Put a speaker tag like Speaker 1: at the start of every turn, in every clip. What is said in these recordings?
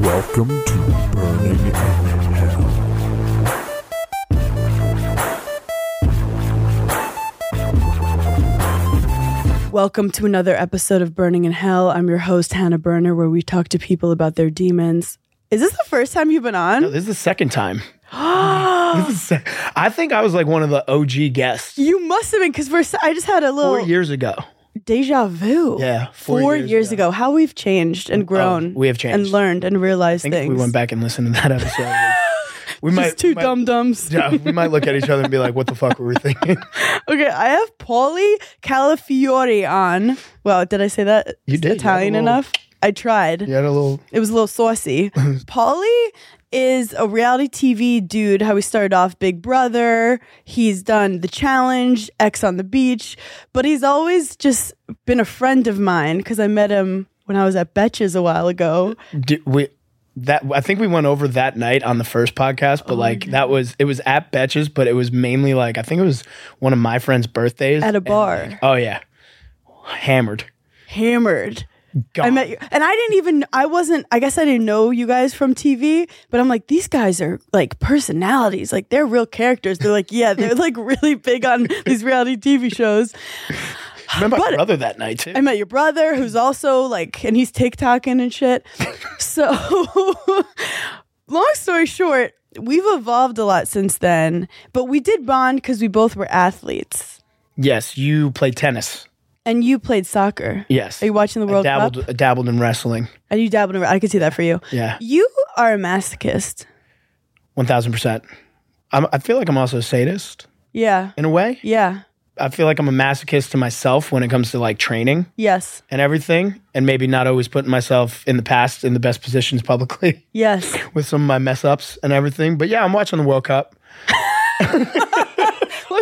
Speaker 1: Welcome to Burning Out Hell.
Speaker 2: Welcome to another episode of Burning in Hell. I'm your host, Hannah Burner, where we talk to people about their demons. Is this the first time you've been
Speaker 3: No,
Speaker 2: on?
Speaker 3: this is the second time. This is sec- I think I was like one of the OG guests
Speaker 2: You must have been, because we're. s- I just had a
Speaker 3: four
Speaker 2: little
Speaker 3: years ago.
Speaker 2: deja vu.
Speaker 3: Yeah,
Speaker 2: four, years, ago. How we've changed and grown.
Speaker 3: Oh, we have changed.
Speaker 2: and learned and realized
Speaker 3: I think if
Speaker 2: things.
Speaker 3: we went back and listened to that episode. We
Speaker 2: Just
Speaker 3: might
Speaker 2: two
Speaker 3: might-
Speaker 2: dum dums.
Speaker 3: Yeah, we might look at each other and be like, "What the fuck were we thinking?"
Speaker 2: Okay, I have Pauly Calafiore on. Well, did I say that?
Speaker 3: You did. You had a
Speaker 2: Italian
Speaker 3: little-
Speaker 2: enough. I tried.
Speaker 3: You had a little.
Speaker 2: It was a little saucy. Paulie is a reality TV dude. How he started off Big Brother. He's done The Challenge, X on the Beach, but he's always just been a friend of mine because I met him when I was at Betches a while ago.
Speaker 3: Did we that I think we went over that night on the first podcast,
Speaker 2: Oh
Speaker 3: but like that was it was at Betches, but it was mainly like I think it was one of my friend's birthdays
Speaker 2: At a
Speaker 3: and,
Speaker 2: bar.
Speaker 3: like, oh yeah, hammered.
Speaker 2: Hammered. I
Speaker 3: Gone.
Speaker 2: met you, and I didn't even. I wasn't. I guess I didn't know you guys from TV, but I'm like, these guys are like personalities. Like they're real characters. They're like, yeah, they're like really big on these reality TV shows.
Speaker 3: I met my
Speaker 2: but-
Speaker 3: brother that night too.
Speaker 2: I met your brother, who's also like, and he's TikToking and shit. so, long story short, we've evolved a lot since then, but we did bond because we both were athletes,
Speaker 3: yes, you played tennis.
Speaker 2: and you played soccer.
Speaker 3: Yes.
Speaker 2: Are you watching the World
Speaker 3: I dabbled,
Speaker 2: Cup?
Speaker 3: I dabbled in wrestling.
Speaker 2: And you dabbled around. I could see that for you.
Speaker 3: Yeah,
Speaker 2: You are a masochist.
Speaker 3: one thousand percent. I feel like I'm also a sadist
Speaker 2: Yeah.
Speaker 3: in a way.
Speaker 2: Yeah.
Speaker 3: I feel like I'm a masochist to myself when it comes to like training
Speaker 2: Yes.
Speaker 3: and everything, and maybe not always putting myself in the past in the best positions publicly
Speaker 2: Yes.
Speaker 3: with some of my mess ups and everything. But yeah, I'm watching the World Cup.
Speaker 2: long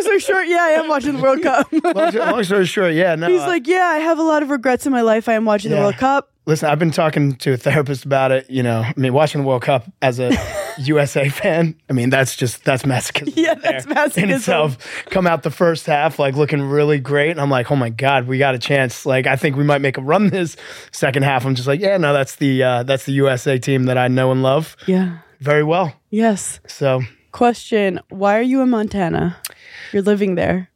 Speaker 2: story short, yeah, I am watching the World Cup.
Speaker 3: Long, long story short, yeah. No, uh,
Speaker 2: He's
Speaker 3: I-
Speaker 2: like, yeah, I have a lot of regrets in my life. I am watching the
Speaker 3: Yeah.
Speaker 2: World Cup.
Speaker 3: listen, I've been talking to a therapist about it. You know, I mean, watching the World Cup as a USA fan, I mean, that's just that's masochism.
Speaker 2: Yeah,
Speaker 3: right there
Speaker 2: that's
Speaker 3: in
Speaker 2: masochism.
Speaker 3: itself. Come out the first half like looking really great, and I'm like, oh my god, we got a chance. Like, I think we might make a run this second half. I'm just like, yeah, no, that's the uh, that's the USA team that I know and love
Speaker 2: Yeah.
Speaker 3: very well.
Speaker 2: Yes.
Speaker 3: So
Speaker 2: Question Why are you in Montana? You're living there.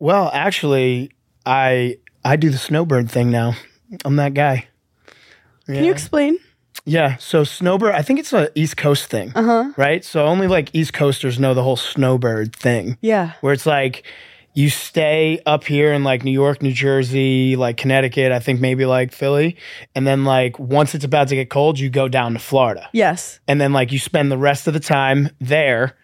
Speaker 3: Well, actually, I I do the snowbird thing now. I'm that guy. Yeah.
Speaker 2: Can you explain?
Speaker 3: yeah. So snowbird, I think it's a East Coast thing, uh-huh. right? So only like East Coasters know the whole snowbird thing,
Speaker 2: Yeah.
Speaker 3: where it's like you stay up here in like New York, New Jersey, like Connecticut, I think maybe like Philly, and then like once it's about to get cold, you go down to Florida,
Speaker 2: Yes.
Speaker 3: and then like you spend the rest of the time there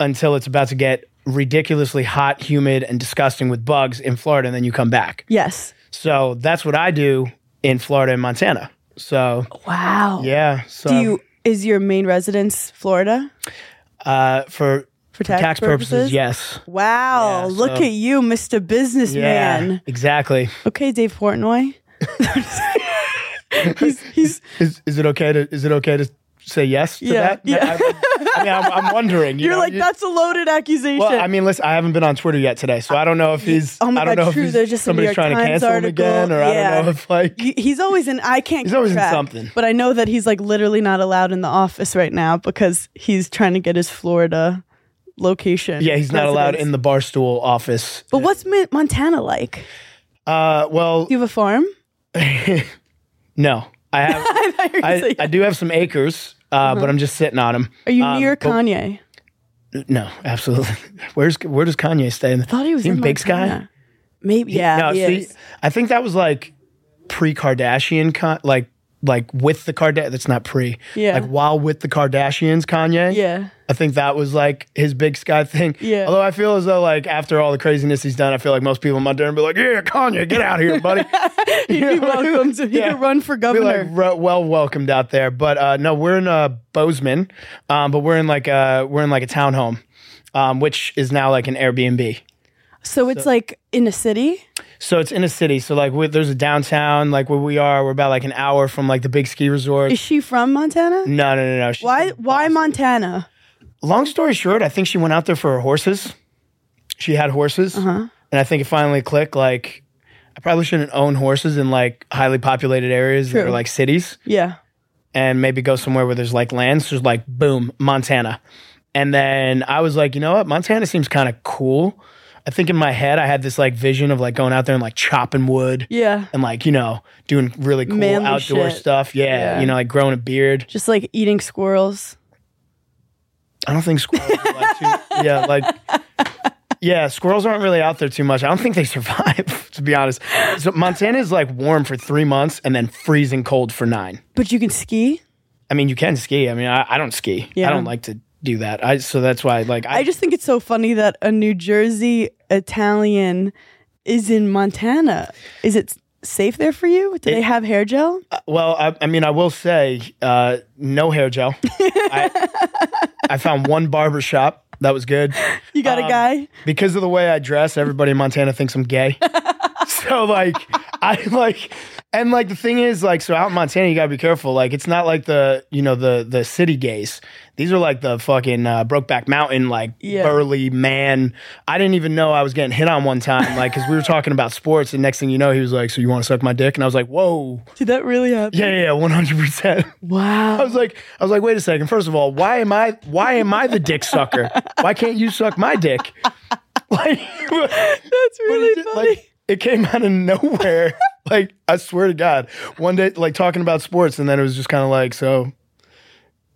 Speaker 3: until it's about to get ridiculously hot, humid, and disgusting with bugs in Florida, and then you come back.
Speaker 2: Yes.
Speaker 3: So that's what I do in Florida and Montana. So
Speaker 2: Wow.
Speaker 3: yeah, um, so
Speaker 2: Do you, is your main residence Florida
Speaker 3: uh, for
Speaker 2: for
Speaker 3: tax,
Speaker 2: tax,
Speaker 3: purposes, yes,
Speaker 2: Wow.
Speaker 3: Yeah,
Speaker 2: look
Speaker 3: so-
Speaker 2: at you, Mr. Businessman.
Speaker 3: yeah, exactly.
Speaker 2: Okay, Dave Portnoy. he's, he's,
Speaker 3: Is is it okay to is it okay to say yes to
Speaker 2: Yeah,
Speaker 3: that? No,
Speaker 2: yeah.
Speaker 3: I, I mean, I'm, I'm wondering. You
Speaker 2: you're
Speaker 3: know,
Speaker 2: like,
Speaker 3: you-
Speaker 2: that's a loaded accusation.
Speaker 3: Well, I mean, listen, I haven't been on Twitter yet today, so I don't know if he's.
Speaker 2: Oh my
Speaker 3: I don't
Speaker 2: God,
Speaker 3: know
Speaker 2: true,
Speaker 3: if
Speaker 2: there's
Speaker 3: he's,
Speaker 2: just a New
Speaker 3: somebody's
Speaker 2: York
Speaker 3: trying to
Speaker 2: Times
Speaker 3: cancel him
Speaker 2: article.
Speaker 3: again, or I
Speaker 2: Yeah.
Speaker 3: don't know if like
Speaker 2: He- he's always in I can't
Speaker 3: He's always in
Speaker 2: keep track,
Speaker 3: something.
Speaker 2: But I know that he's like literally not allowed in the office right now because he's trying to get his Florida location.
Speaker 3: Yeah, he's not allowed
Speaker 2: residence.
Speaker 3: in the barstool office.
Speaker 2: But what's Mon- Montana like?
Speaker 3: Uh, well,
Speaker 2: Do you have a farm?
Speaker 3: no, I have.
Speaker 2: I thought you were gonna
Speaker 3: I,
Speaker 2: say-
Speaker 3: I do have some acres, uh, but I'm just sitting on them.
Speaker 2: Uh-huh. Are you
Speaker 3: um,
Speaker 2: near
Speaker 3: but-
Speaker 2: Kanye?
Speaker 3: No, absolutely. Where's where does Kanye stay? In the,
Speaker 2: thought he was
Speaker 3: in
Speaker 2: in
Speaker 3: Big Sky.
Speaker 2: Montana. Maybe. Yeah.
Speaker 3: no,
Speaker 2: he
Speaker 3: see,
Speaker 2: is.
Speaker 3: I think that was like pre-Kardashian, con- like like with the Kardashian. That's not pre.
Speaker 2: Yeah.
Speaker 3: Like while with the Kardashians, Kanye.
Speaker 2: Yeah.
Speaker 3: I think that was like his Big Sky thing.
Speaker 2: Yeah.
Speaker 3: Although I feel as though like after all the craziness he's done, I feel like most people in my turn be like, "Yeah, Kanye, get out here, buddy."
Speaker 2: He'd be welcome to he
Speaker 3: Yeah.
Speaker 2: could run for
Speaker 3: Be
Speaker 2: governor.
Speaker 3: like re- well welcomed out there, but uh, no, we're in uh, Bozeman, um, but we're in like a we're in like a townhome, um, which is now like an Airbnb.
Speaker 2: so it's like in a city.
Speaker 3: So it's in a city. So like we, there's a downtown, like where we are. We're about like an hour from like the big ski resort.
Speaker 2: Is she from Montana?
Speaker 3: No, no, no, no. She-
Speaker 2: Why? Why Montana?
Speaker 3: Long story short, I think she went
Speaker 2: Uh-huh.
Speaker 3: out there for her horses. She had horses, and I think it finally clicked. Like I probably shouldn't own horses in like highly populated areas that
Speaker 2: True.
Speaker 3: are like cities
Speaker 2: Yeah.
Speaker 3: and maybe go somewhere where there's like land. So it's like, boom, Montana. And then I was like, you know what? Montana seems kind of cool. I think in my head, I had this like vision of like going out there and like chopping wood
Speaker 2: Yeah.
Speaker 3: and like, you know, doing really cool
Speaker 2: Manly
Speaker 3: outdoor
Speaker 2: shit.
Speaker 3: stuff. Yeah,
Speaker 2: Yeah.
Speaker 3: You know, like growing a beard.
Speaker 2: Just like eating squirrels.
Speaker 3: I don't think squirrels are like too, yeah, like, yeah, squirrels aren't really out there too much. I don't think they survive, to be honest. So Montana is like warm for three months and then freezing cold for nine.
Speaker 2: But you can ski?
Speaker 3: I mean, you can ski. I mean, I, I don't ski.
Speaker 2: Yeah.
Speaker 3: I don't like to do that. I so that's why like I,
Speaker 2: I just think it's so funny that a New Jersey Italian is in Montana. Is it s- safe there for you? Do they have hair gel?
Speaker 3: well, I, I mean, I will say uh, no hair gel. I, I found one barber shop that was good
Speaker 2: You got a guy?
Speaker 3: Um, because of the way I dress. Everybody in Montana thinks I'm gay. so like I like and like the thing is like so out in Montana you gotta be careful. Like it's not like the you know the the city gays. These are like the fucking uh, Brokeback Mountain like
Speaker 2: Yeah.
Speaker 3: burly man. I didn't even know I was getting hit on one time like because we were talking about sports and next thing you know he was like so you want to suck my dick and I was like whoa
Speaker 2: Did that really happen?
Speaker 3: yeah yeah, yeah one hundred percent. I
Speaker 2: Wow.
Speaker 3: was like, I was like, wait a second. First of all, why am I, why am I the dick sucker? Why can't you suck my dick? Like,
Speaker 2: That's really
Speaker 3: like,
Speaker 2: funny.
Speaker 3: it came out of nowhere. like, I swear to God, one day, like talking about sports, and then it was just kind of like, so,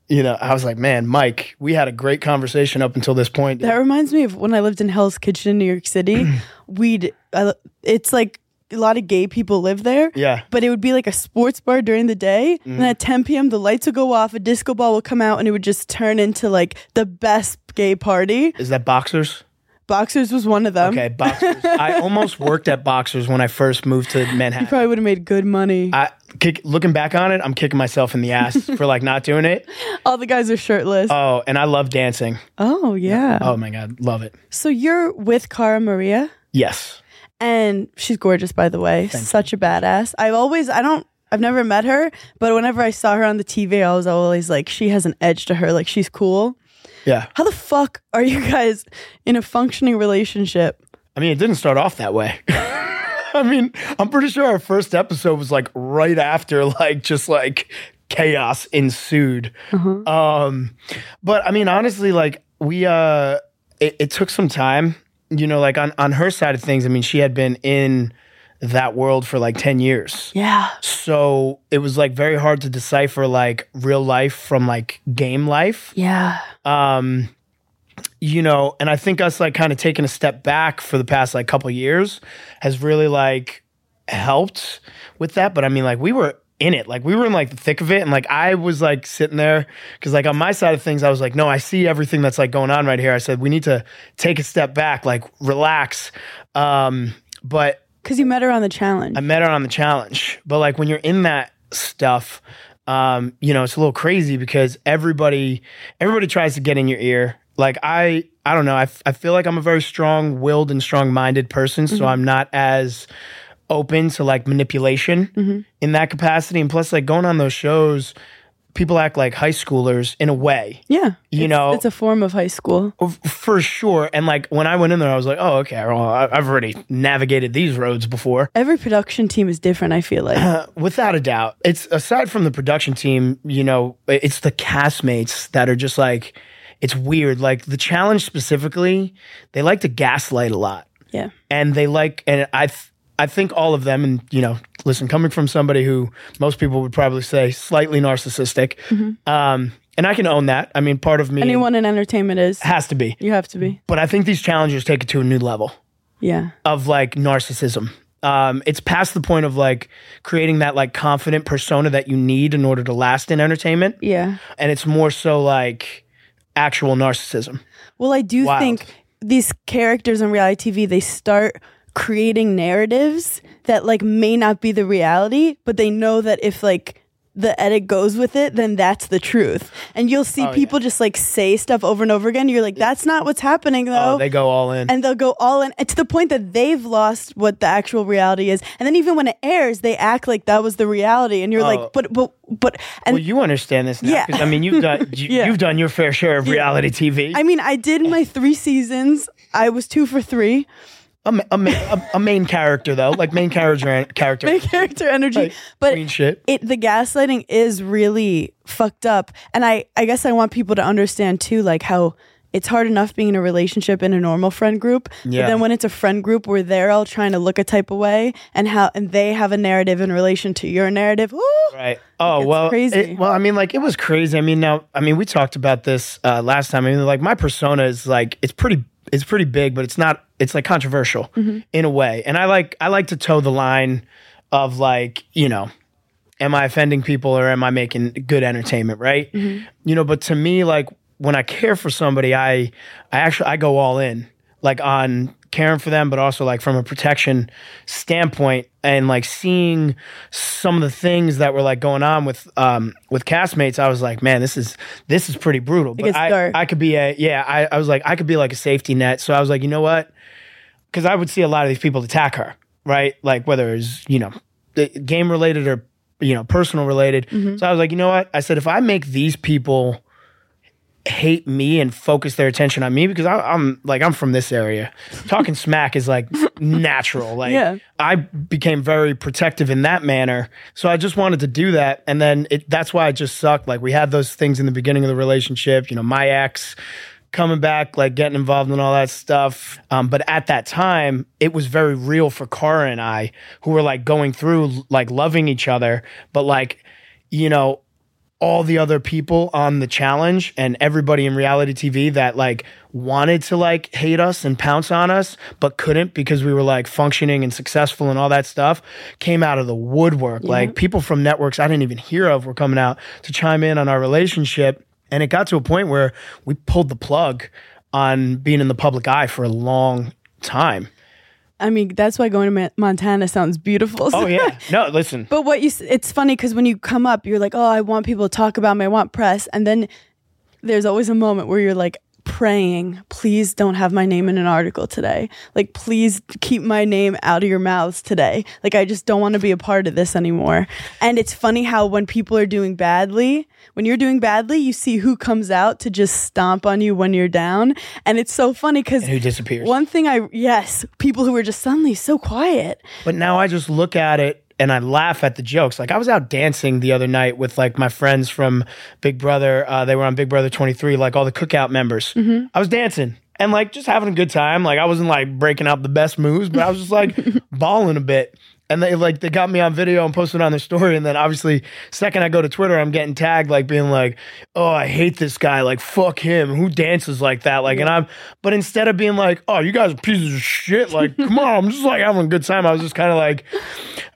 Speaker 3: you know, I was like, man, Mike, we had a great conversation up until this point.
Speaker 2: That reminds me of when I lived in Hell's Kitchen in New York City. We'd, I, it's like a lot of gay people live there.
Speaker 3: yeah, Mm.
Speaker 2: But it would be like a sports bar during the day. And at 10 p.m., the lights would go off, a disco ball would come out, and it would just turn into like the best gay party.
Speaker 3: is that boxers?
Speaker 2: Boxers was one of them.
Speaker 3: Okay, boxers. I almost worked at boxers when I first moved to Manhattan.
Speaker 2: Probably would have made good money.
Speaker 3: I kick looking back on it, I'm kicking myself in the ass for like not doing it.
Speaker 2: All the guys are shirtless.
Speaker 3: Oh, and I love dancing.
Speaker 2: oh, yeah.
Speaker 3: Oh my god, love it.
Speaker 2: So you're with Cara Maria,
Speaker 3: Yes.
Speaker 2: and she's gorgeous, by the way. Such a badass. I've always, I don't, I've never met her, but whenever I saw her on the TV, I was always like, she has an edge to her. Like, she's cool.
Speaker 3: Yeah.
Speaker 2: How the fuck are you guys in a functioning relationship?
Speaker 3: I mean, it didn't start off that way. I mean, I'm pretty sure our first episode was like right after like just like chaos ensued. Um but I mean, honestly like we uh it, it took some time, you know, like on on her side of things, I mean, she had been in that world for like 10 years.
Speaker 2: Yeah.
Speaker 3: So, it was like very hard to decipher like real life from like game life.
Speaker 2: Yeah.
Speaker 3: um you know and i think us like kind of taking a step back for the past like couple years has really like helped with that but i mean like we were in it like we were in like the thick of it and like i was like sitting there because like on my side of things i was like no i see everything that's like going on right here i said we need to take a step back like relax um but
Speaker 2: Because you met her on the challenge.
Speaker 3: I met her on the challenge. But like when you're in that stuff, um, you know, it's a little crazy because everybody everybody tries to get in your ear. Like I I don't know, I, f- I feel like I'm a very strong-willed and strong-minded person, so I'm not as open to like manipulation in that capacity and plus like going on those shows people act like high schoolers in a way
Speaker 2: yeah.
Speaker 3: you
Speaker 2: It's-
Speaker 3: know-
Speaker 2: it's a form of high school.
Speaker 3: F- for sure and like when i went in there i was like oh okay well I- i've already navigated these roads before
Speaker 2: Every production team is different, I feel like.
Speaker 3: without a doubt it's aside from the production team you know it's the castmates that are just like it's weird like the challenge specifically they like to gaslight a lot
Speaker 2: yeah.
Speaker 3: and they like and i th- i think all of them and you know listen coming from somebody who most people would probably say slightly narcissistic um and i can own that i mean part of me
Speaker 2: Anyone in entertainment is.
Speaker 3: has to be
Speaker 2: You have to be.
Speaker 3: but i think these challenges take it to a new level
Speaker 2: Yeah.
Speaker 3: of like narcissism. Um, it's past the point of like creating that like confident persona that you need in order to last in entertainment,
Speaker 2: Yeah.
Speaker 3: and it's more so like actual narcissism.
Speaker 2: Well, I do
Speaker 3: Wild.
Speaker 2: think these characters on reality TV, they start creating narratives that like may not be the reality, but they know that if like the edit goes with it, then that's the truth. And you'll
Speaker 3: Oh,
Speaker 2: see people just like say stuff over and over again. You're like, that's not what's happening though.
Speaker 3: Oh, they go all in.
Speaker 2: and they'll go all in and to the point that they've lost what the actual reality is. And then even when it airs, they act like that was the reality. And you're
Speaker 3: Oh.
Speaker 2: like, but, but, but, and
Speaker 3: well, you understand this now
Speaker 2: Yeah.
Speaker 3: 'cause, I mean you've done you,
Speaker 2: Yeah.
Speaker 3: you've done your fair share of reality TV.
Speaker 2: I mean, I did my three seasons. I was two for three.
Speaker 3: a, ma- a, ma- a, a main character though, like main character character.
Speaker 2: Main character energy.
Speaker 3: Like,
Speaker 2: but
Speaker 3: queen shit.
Speaker 2: it the gaslighting is really fucked up. And I, I guess I want people to understand too, like how it's hard enough being in a relationship in a normal friend group.
Speaker 3: Yeah.
Speaker 2: But then when it's a friend group where they're all trying to look a type of way and how and they have a narrative in relation to your narrative. Ooh,
Speaker 3: Right. Oh
Speaker 2: It's
Speaker 3: well.
Speaker 2: crazy.
Speaker 3: it- well, I mean, like it was crazy. I mean, now, I mean, we talked about this uh, last time. I mean, like my persona is like it's pretty, it's pretty big, but it's not. It's like controversial in a way, and I like I like to toe the line of like you know, am I offending people or am I making good entertainment? Right.
Speaker 2: Mm-hmm.
Speaker 3: You know, but to me, like when I care for somebody, I I actually I go all in, like on caring for them, but also like from a protection standpoint and like seeing some of the things that were like going on with um with castmates, I was like, man, this is this is pretty brutal. But
Speaker 2: gets
Speaker 3: I,
Speaker 2: dark.
Speaker 3: I could be a yeah, I, I was like, I could be like a safety net. So I was like, you know what? Because I would see a lot of these people attack her, right? Like whether it's, you know, game related or you know, personal related. So I was like, you know what? I said if I make these people hate me and focus their attention on me because I, I'm like I'm from this area. Talking smack is like natural. Like
Speaker 2: Yeah.
Speaker 3: I became very protective in that manner, so I just wanted to do that. And then it, that's why it just sucked. Like we had those things in the beginning of the relationship. You know, my ex coming back, like getting involved in all that stuff. Um, but at that time, it was very real for Cara and I, who were like going through like loving each other, but like you know all the other people on the challenge and everybody in reality TV that like wanted to like hate us and pounce on us but couldn't because we were like functioning and successful and all that stuff came out of the woodwork. Like people from networks I didn't even hear of were coming out to chime in on our relationship and it got to a point where we pulled the plug on being in the public eye for a long time.
Speaker 2: I mean, that's why going to Ma- Montana sounds beautiful.
Speaker 3: Oh yeah. No, listen.
Speaker 2: But what you, s- it's funny because when you come up, you're like, oh, I want people to talk about me, I want press. And then there's always a moment where you're like praying, please don't have my name in an article today. Like, please keep my name out of your mouths today. Like, I just don't want to be a part of this anymore. And it's funny how when people are doing badly, when you're doing badly, you see who comes out to just stomp on you when you're down. And it's so funny because
Speaker 3: who disappears.
Speaker 2: One thing I, yes, people who are just suddenly so quiet.
Speaker 3: But now I just look at it and I laugh at the jokes. Like I was out dancing the other night with like my friends from Big Brother. Uh, they were on Big Brother 23, like all the cookout members. I was dancing and like just having a good time. Like I wasn't like breaking out the best moves, but I was just like balling a bit. And they like they got me on video and posted on their story, and then obviously second I go to Twitter, I'm getting tagged like being like, "Oh, I hate this guy. Like fuck him. Who dances like that?" Like, and I'm, but instead of being like, "Oh, you guys are pieces of shit," like, come on, I'm just like having a good time. I was just kind of like,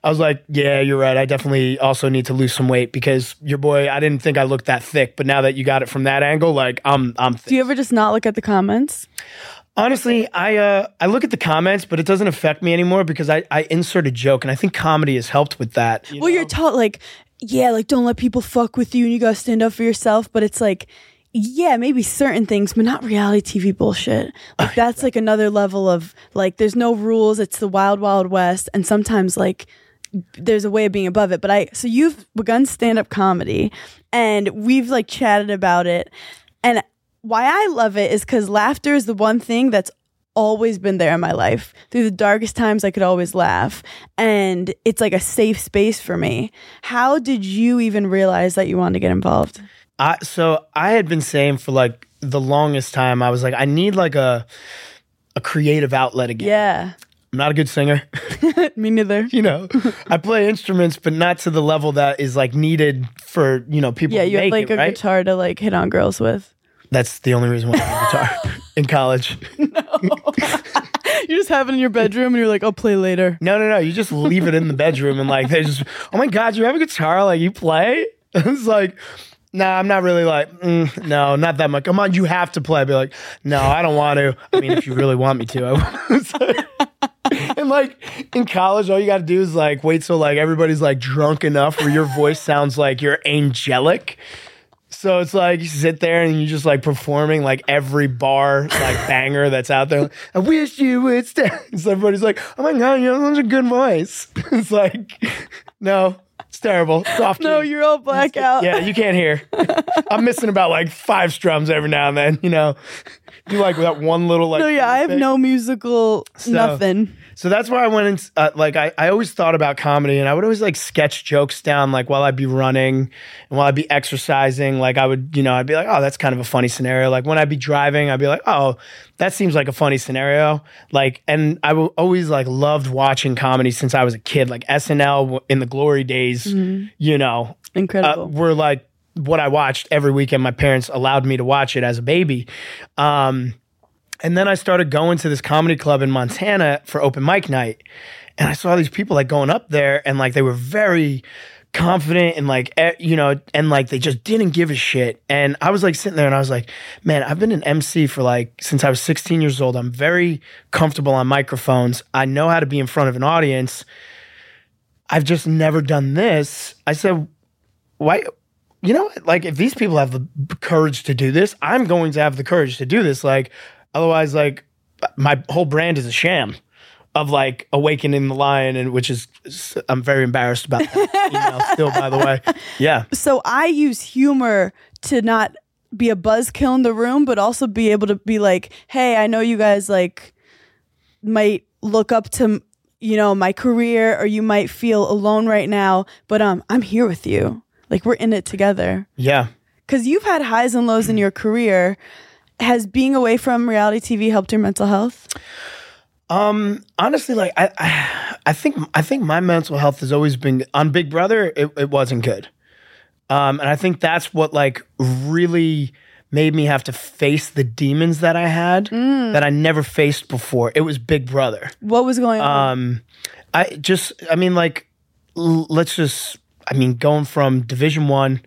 Speaker 3: I was like, "Yeah, you're right. I definitely also need to lose some weight because your boy. I didn't think I looked that thick, but now that you got it from that angle, like, I'm, I'm. Thick.
Speaker 2: Do you ever just not look at the comments?
Speaker 3: Honestly, I uh, I look at the comments, but it doesn't affect me anymore because I, I insert a joke, and I think comedy has helped with that.
Speaker 2: well, you're taught like, yeah, like don't let people fuck with you and you gotta stand up for yourself. But it's like, yeah, maybe certain things, but not reality TV bullshit. Like that's like another level of like, there's no rules. It's the wild, wild west. And sometimes like, there's a way of being above it. But I, so you've begun stand up comedy and we've like chatted about it. And why I love it is because laughter is the one thing that's always been there in my life. Through the darkest times, I could always laugh. And it's like a safe space for me. How did you even realize that you wanted to get involved?
Speaker 3: I so I had been saying for like the longest time I was like I need like a a creative outlet again.
Speaker 2: Yeah.
Speaker 3: I'm not a good singer,
Speaker 2: me neither.
Speaker 3: you know. I play instruments but not to the level that is like needed for, you know, people
Speaker 2: Yeah,
Speaker 3: to
Speaker 2: you have
Speaker 3: make
Speaker 2: like
Speaker 3: it,
Speaker 2: a
Speaker 3: right?
Speaker 2: guitar to like hit on girls with.
Speaker 3: That's the only reason why I have a guitar in college.
Speaker 2: You just have it in your bedroom and you're like, I'll play later.
Speaker 3: No, no, no. You just leave it in the bedroom and like they just, oh my God, you have a guitar? Like you play? it's like, nah, I'm not really like, mm, no, not that much. Come on, you have to play. I'd be like, no, I don't want to. I mean, if you really want me to, I will. It's like- and like in college, all you got to do is like wait till like everybody's like drunk enough where your voice sounds like you're angelic. So it's like you sit there and you're just like performing like every bar like banger that's out there. I wish you would stay. So everybody's like, oh my god, you have such a good voice. It's like, no, It's terrible. Soft.
Speaker 2: No,
Speaker 3: key.
Speaker 2: you're all blackout.
Speaker 3: Yeah, you can't hear. I'm missing about like five strums every now and then. You know, do like that one little like.
Speaker 2: No, yeah, I have
Speaker 3: thing.
Speaker 2: no musical nothing.
Speaker 3: So that's why I went in. Uh, like I, I always thought about comedy, and I would always like sketch jokes down, like while I'd be running and while I'd be exercising. Like I would, you know, I'd be like, oh, that's kind of a funny scenario. Like when I'd be driving, I'd be like, oh, that seems like a funny scenario. Like, and I w- always like loved watching comedy since I was a kid. Like SNL w- in the glory days, you know, uh,
Speaker 2: Incredible.
Speaker 3: were like what I watched every weekend. My parents allowed me to watch it as a baby. Um, and then I started going to this comedy club in Montana for open mic night. And I saw these people like going up there and like they were very confident and like, eh, you know, and like they just didn't give a shit. And I was like sitting there and I was like, man, I've been an MC for like since I was 16 years old. I'm very comfortable on microphones. I know how to be in front of an audience. I've just never done this. I said, why you know what? like if these people have the courage to do this i'm going to have the courage to do this like otherwise like my whole brand is a sham of like awakening the lion and which is i'm very embarrassed about that email still by the way yeah
Speaker 2: so I use humor to not be a buzzkill in the room, but also be able to be like, hey, I know you guys like might look up to you know my career or you might feel alone right now, but um I'm here with you. Like we're in it together.
Speaker 3: yeah
Speaker 2: Cuz you've had highs and lows in your career. Has being away from reality TV helped your mental health?
Speaker 3: honestly like I, I i think i think my mental health has always been on big brother it, it wasn't good um and i think that's what like really made me have to face the demons that i had that i never faced before it was big brother
Speaker 2: What was going on?
Speaker 3: um i just i mean like l- let's just i mean going from division one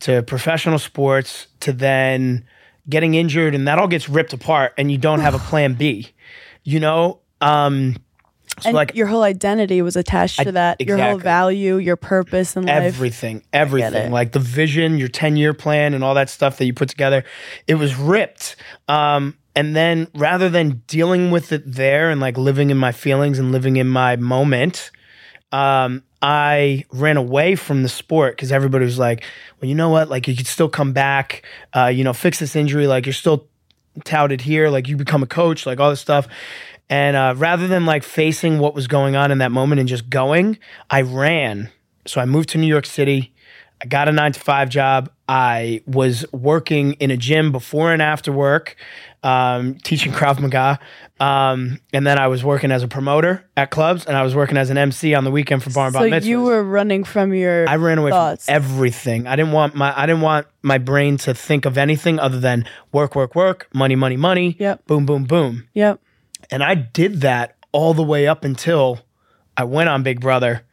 Speaker 3: to professional sports to then getting injured and that all gets ripped apart and you don't have a plan b you know um so
Speaker 2: and
Speaker 3: like
Speaker 2: your whole identity was attached to that. Your whole
Speaker 3: exactly.
Speaker 2: value, your purpose in life.
Speaker 3: everything everything
Speaker 2: it.
Speaker 3: like the vision your 10 year plan and all that stuff that you put together it was ripped um and then rather than dealing with it there and like living in my feelings and living in my moment um I ran away from the sport because everybody was like, well, you know what? Like, you could still come back, uh, you know, fix this injury. Like, you're still touted here. Like, you become a coach, like, all this stuff. And uh, rather than like facing what was going on in that moment and just going, I ran. So I moved to New York City. I got a nine to five job. I was working in a gym before and after work, um, teaching Krav Maga. Um, and then I was working as a promoter at clubs and I was working as an MC on the weekend for Bar and
Speaker 2: So
Speaker 3: Bat Mitzvahs.
Speaker 2: you were running from your
Speaker 3: I ran away
Speaker 2: thoughts.
Speaker 3: from everything. I didn't want my I didn't want my brain to think of anything other than work, work, work, money, money, money,
Speaker 2: Yep.
Speaker 3: boom, boom, boom.
Speaker 2: Yep.
Speaker 3: And I did that all the way up until I went on Big Brother.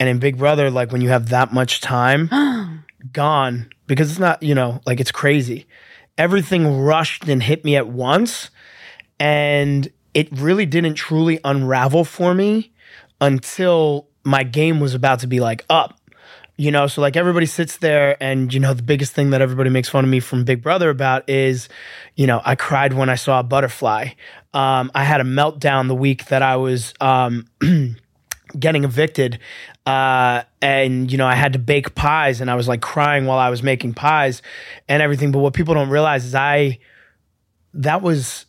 Speaker 3: And in Big Brother, like when you have that much time gone, because it's not, you know, like it's crazy. Everything rushed and hit me at once. And it really didn't truly unravel for me until my game was about to be like up. You know, so like everybody sits there, and you know, the biggest thing that everybody makes fun of me from Big Brother about is, you know, I cried when I saw a butterfly. Um, I had a meltdown the week that I was um, getting evicted. Uh, and, you know, I had to bake pies, and I was like crying while I was making pies and everything. But what people don't realize is I, that was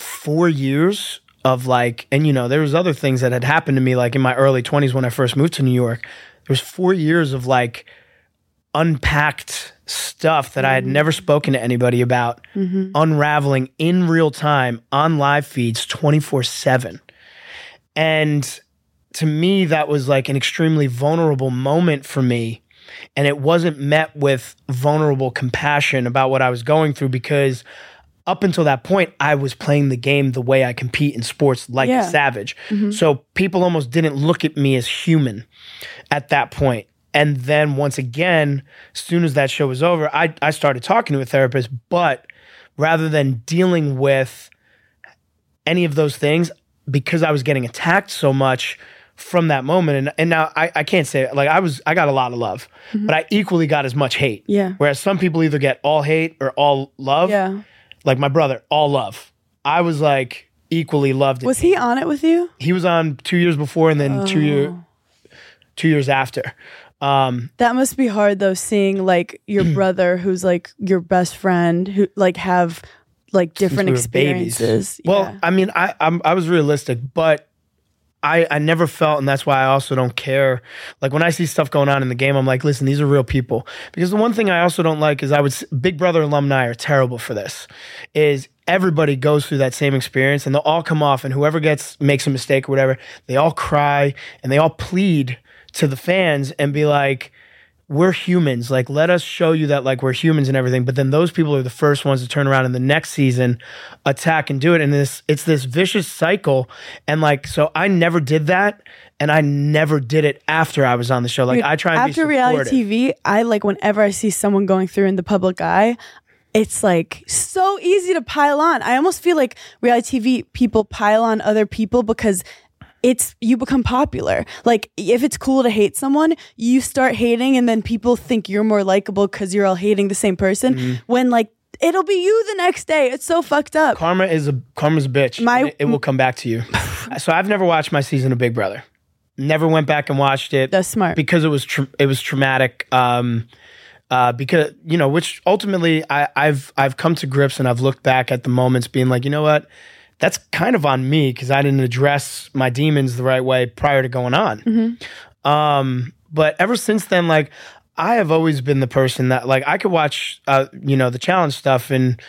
Speaker 3: four years of like and you know there was other things that had happened to me like in my early 20s when i first moved to new york there was four years of like unpacked stuff that i had never spoken to anybody about unraveling in real time on live feeds 24-7 and to me that was like an extremely vulnerable moment for me and it wasn't met with vulnerable compassion about what i was going through because up until that point, I was playing the game the way I compete in sports like
Speaker 2: Yeah.
Speaker 3: a savage. So people almost didn't look at me as human at that point. And then once again, as soon as that show was over, I, I started talking to a therapist. But rather than dealing with any of those things, because I was getting attacked so much from that moment, and, and now I, I can't say like I was I got a lot of love, but I equally got as much hate.
Speaker 2: Mm-hmm. Yeah.
Speaker 3: Whereas some people either get all hate or all love
Speaker 2: Yeah.
Speaker 3: like my brother, all love. I was like equally loved.
Speaker 2: Was he on it with you? Oh.
Speaker 3: he was on two years before, and then two year, two years after. Um,
Speaker 2: That must be hard though, seeing like your brother, who's like your best friend, who like have like different
Speaker 3: we were babies.
Speaker 2: experiences.
Speaker 3: Well,
Speaker 2: Yeah.
Speaker 3: I mean, I I'm, I was realistic, but I I never felt, and that's why I also don't care. Like when I see stuff going on in the game, I'm like, listen, these are real people. Because the one thing I also don't like is I would s- Big Brother alumni are terrible for this. Is everybody goes through that same experience, and they'll all come off, and whoever gets makes a mistake or whatever, they all cry and they all plead to the fans and be like we're humans. Like, let us show you that, like, we're humans and everything. But then those people are the first ones to turn around in the next season, attack and do it. And this, it's this vicious cycle. And like, so I never did that, and I never did it after I was on the show. Like,
Speaker 2: Dude,
Speaker 3: I try and
Speaker 2: after
Speaker 3: be
Speaker 2: reality
Speaker 3: supportive.
Speaker 2: TV, I like whenever I see someone going through in the public eye, it's like so easy to pile on. I almost feel like reality TV people pile on other people because it's you become popular. Like if it's cool to hate someone, you start hating and then people think you're more likable cuz you're all hating the same person
Speaker 3: Mm-hmm.
Speaker 2: when like it'll be you the next day. It's so fucked up.
Speaker 3: Karma is a karma's a bitch.
Speaker 2: My-
Speaker 3: and it, it will come back to you. so I've never watched my season of Big Brother. Never went back and watched it.
Speaker 2: That's smart.
Speaker 3: because it was tra- it was traumatic. Um, uh, because you know, which ultimately I, I've I've come to grips and I've looked back at the moments, being like, you know what, that's kind of on me because I didn't address my demons the right way prior to going on. Um, but ever since then, like I have always been the person that like I could watch, uh, you know, the challenge stuff and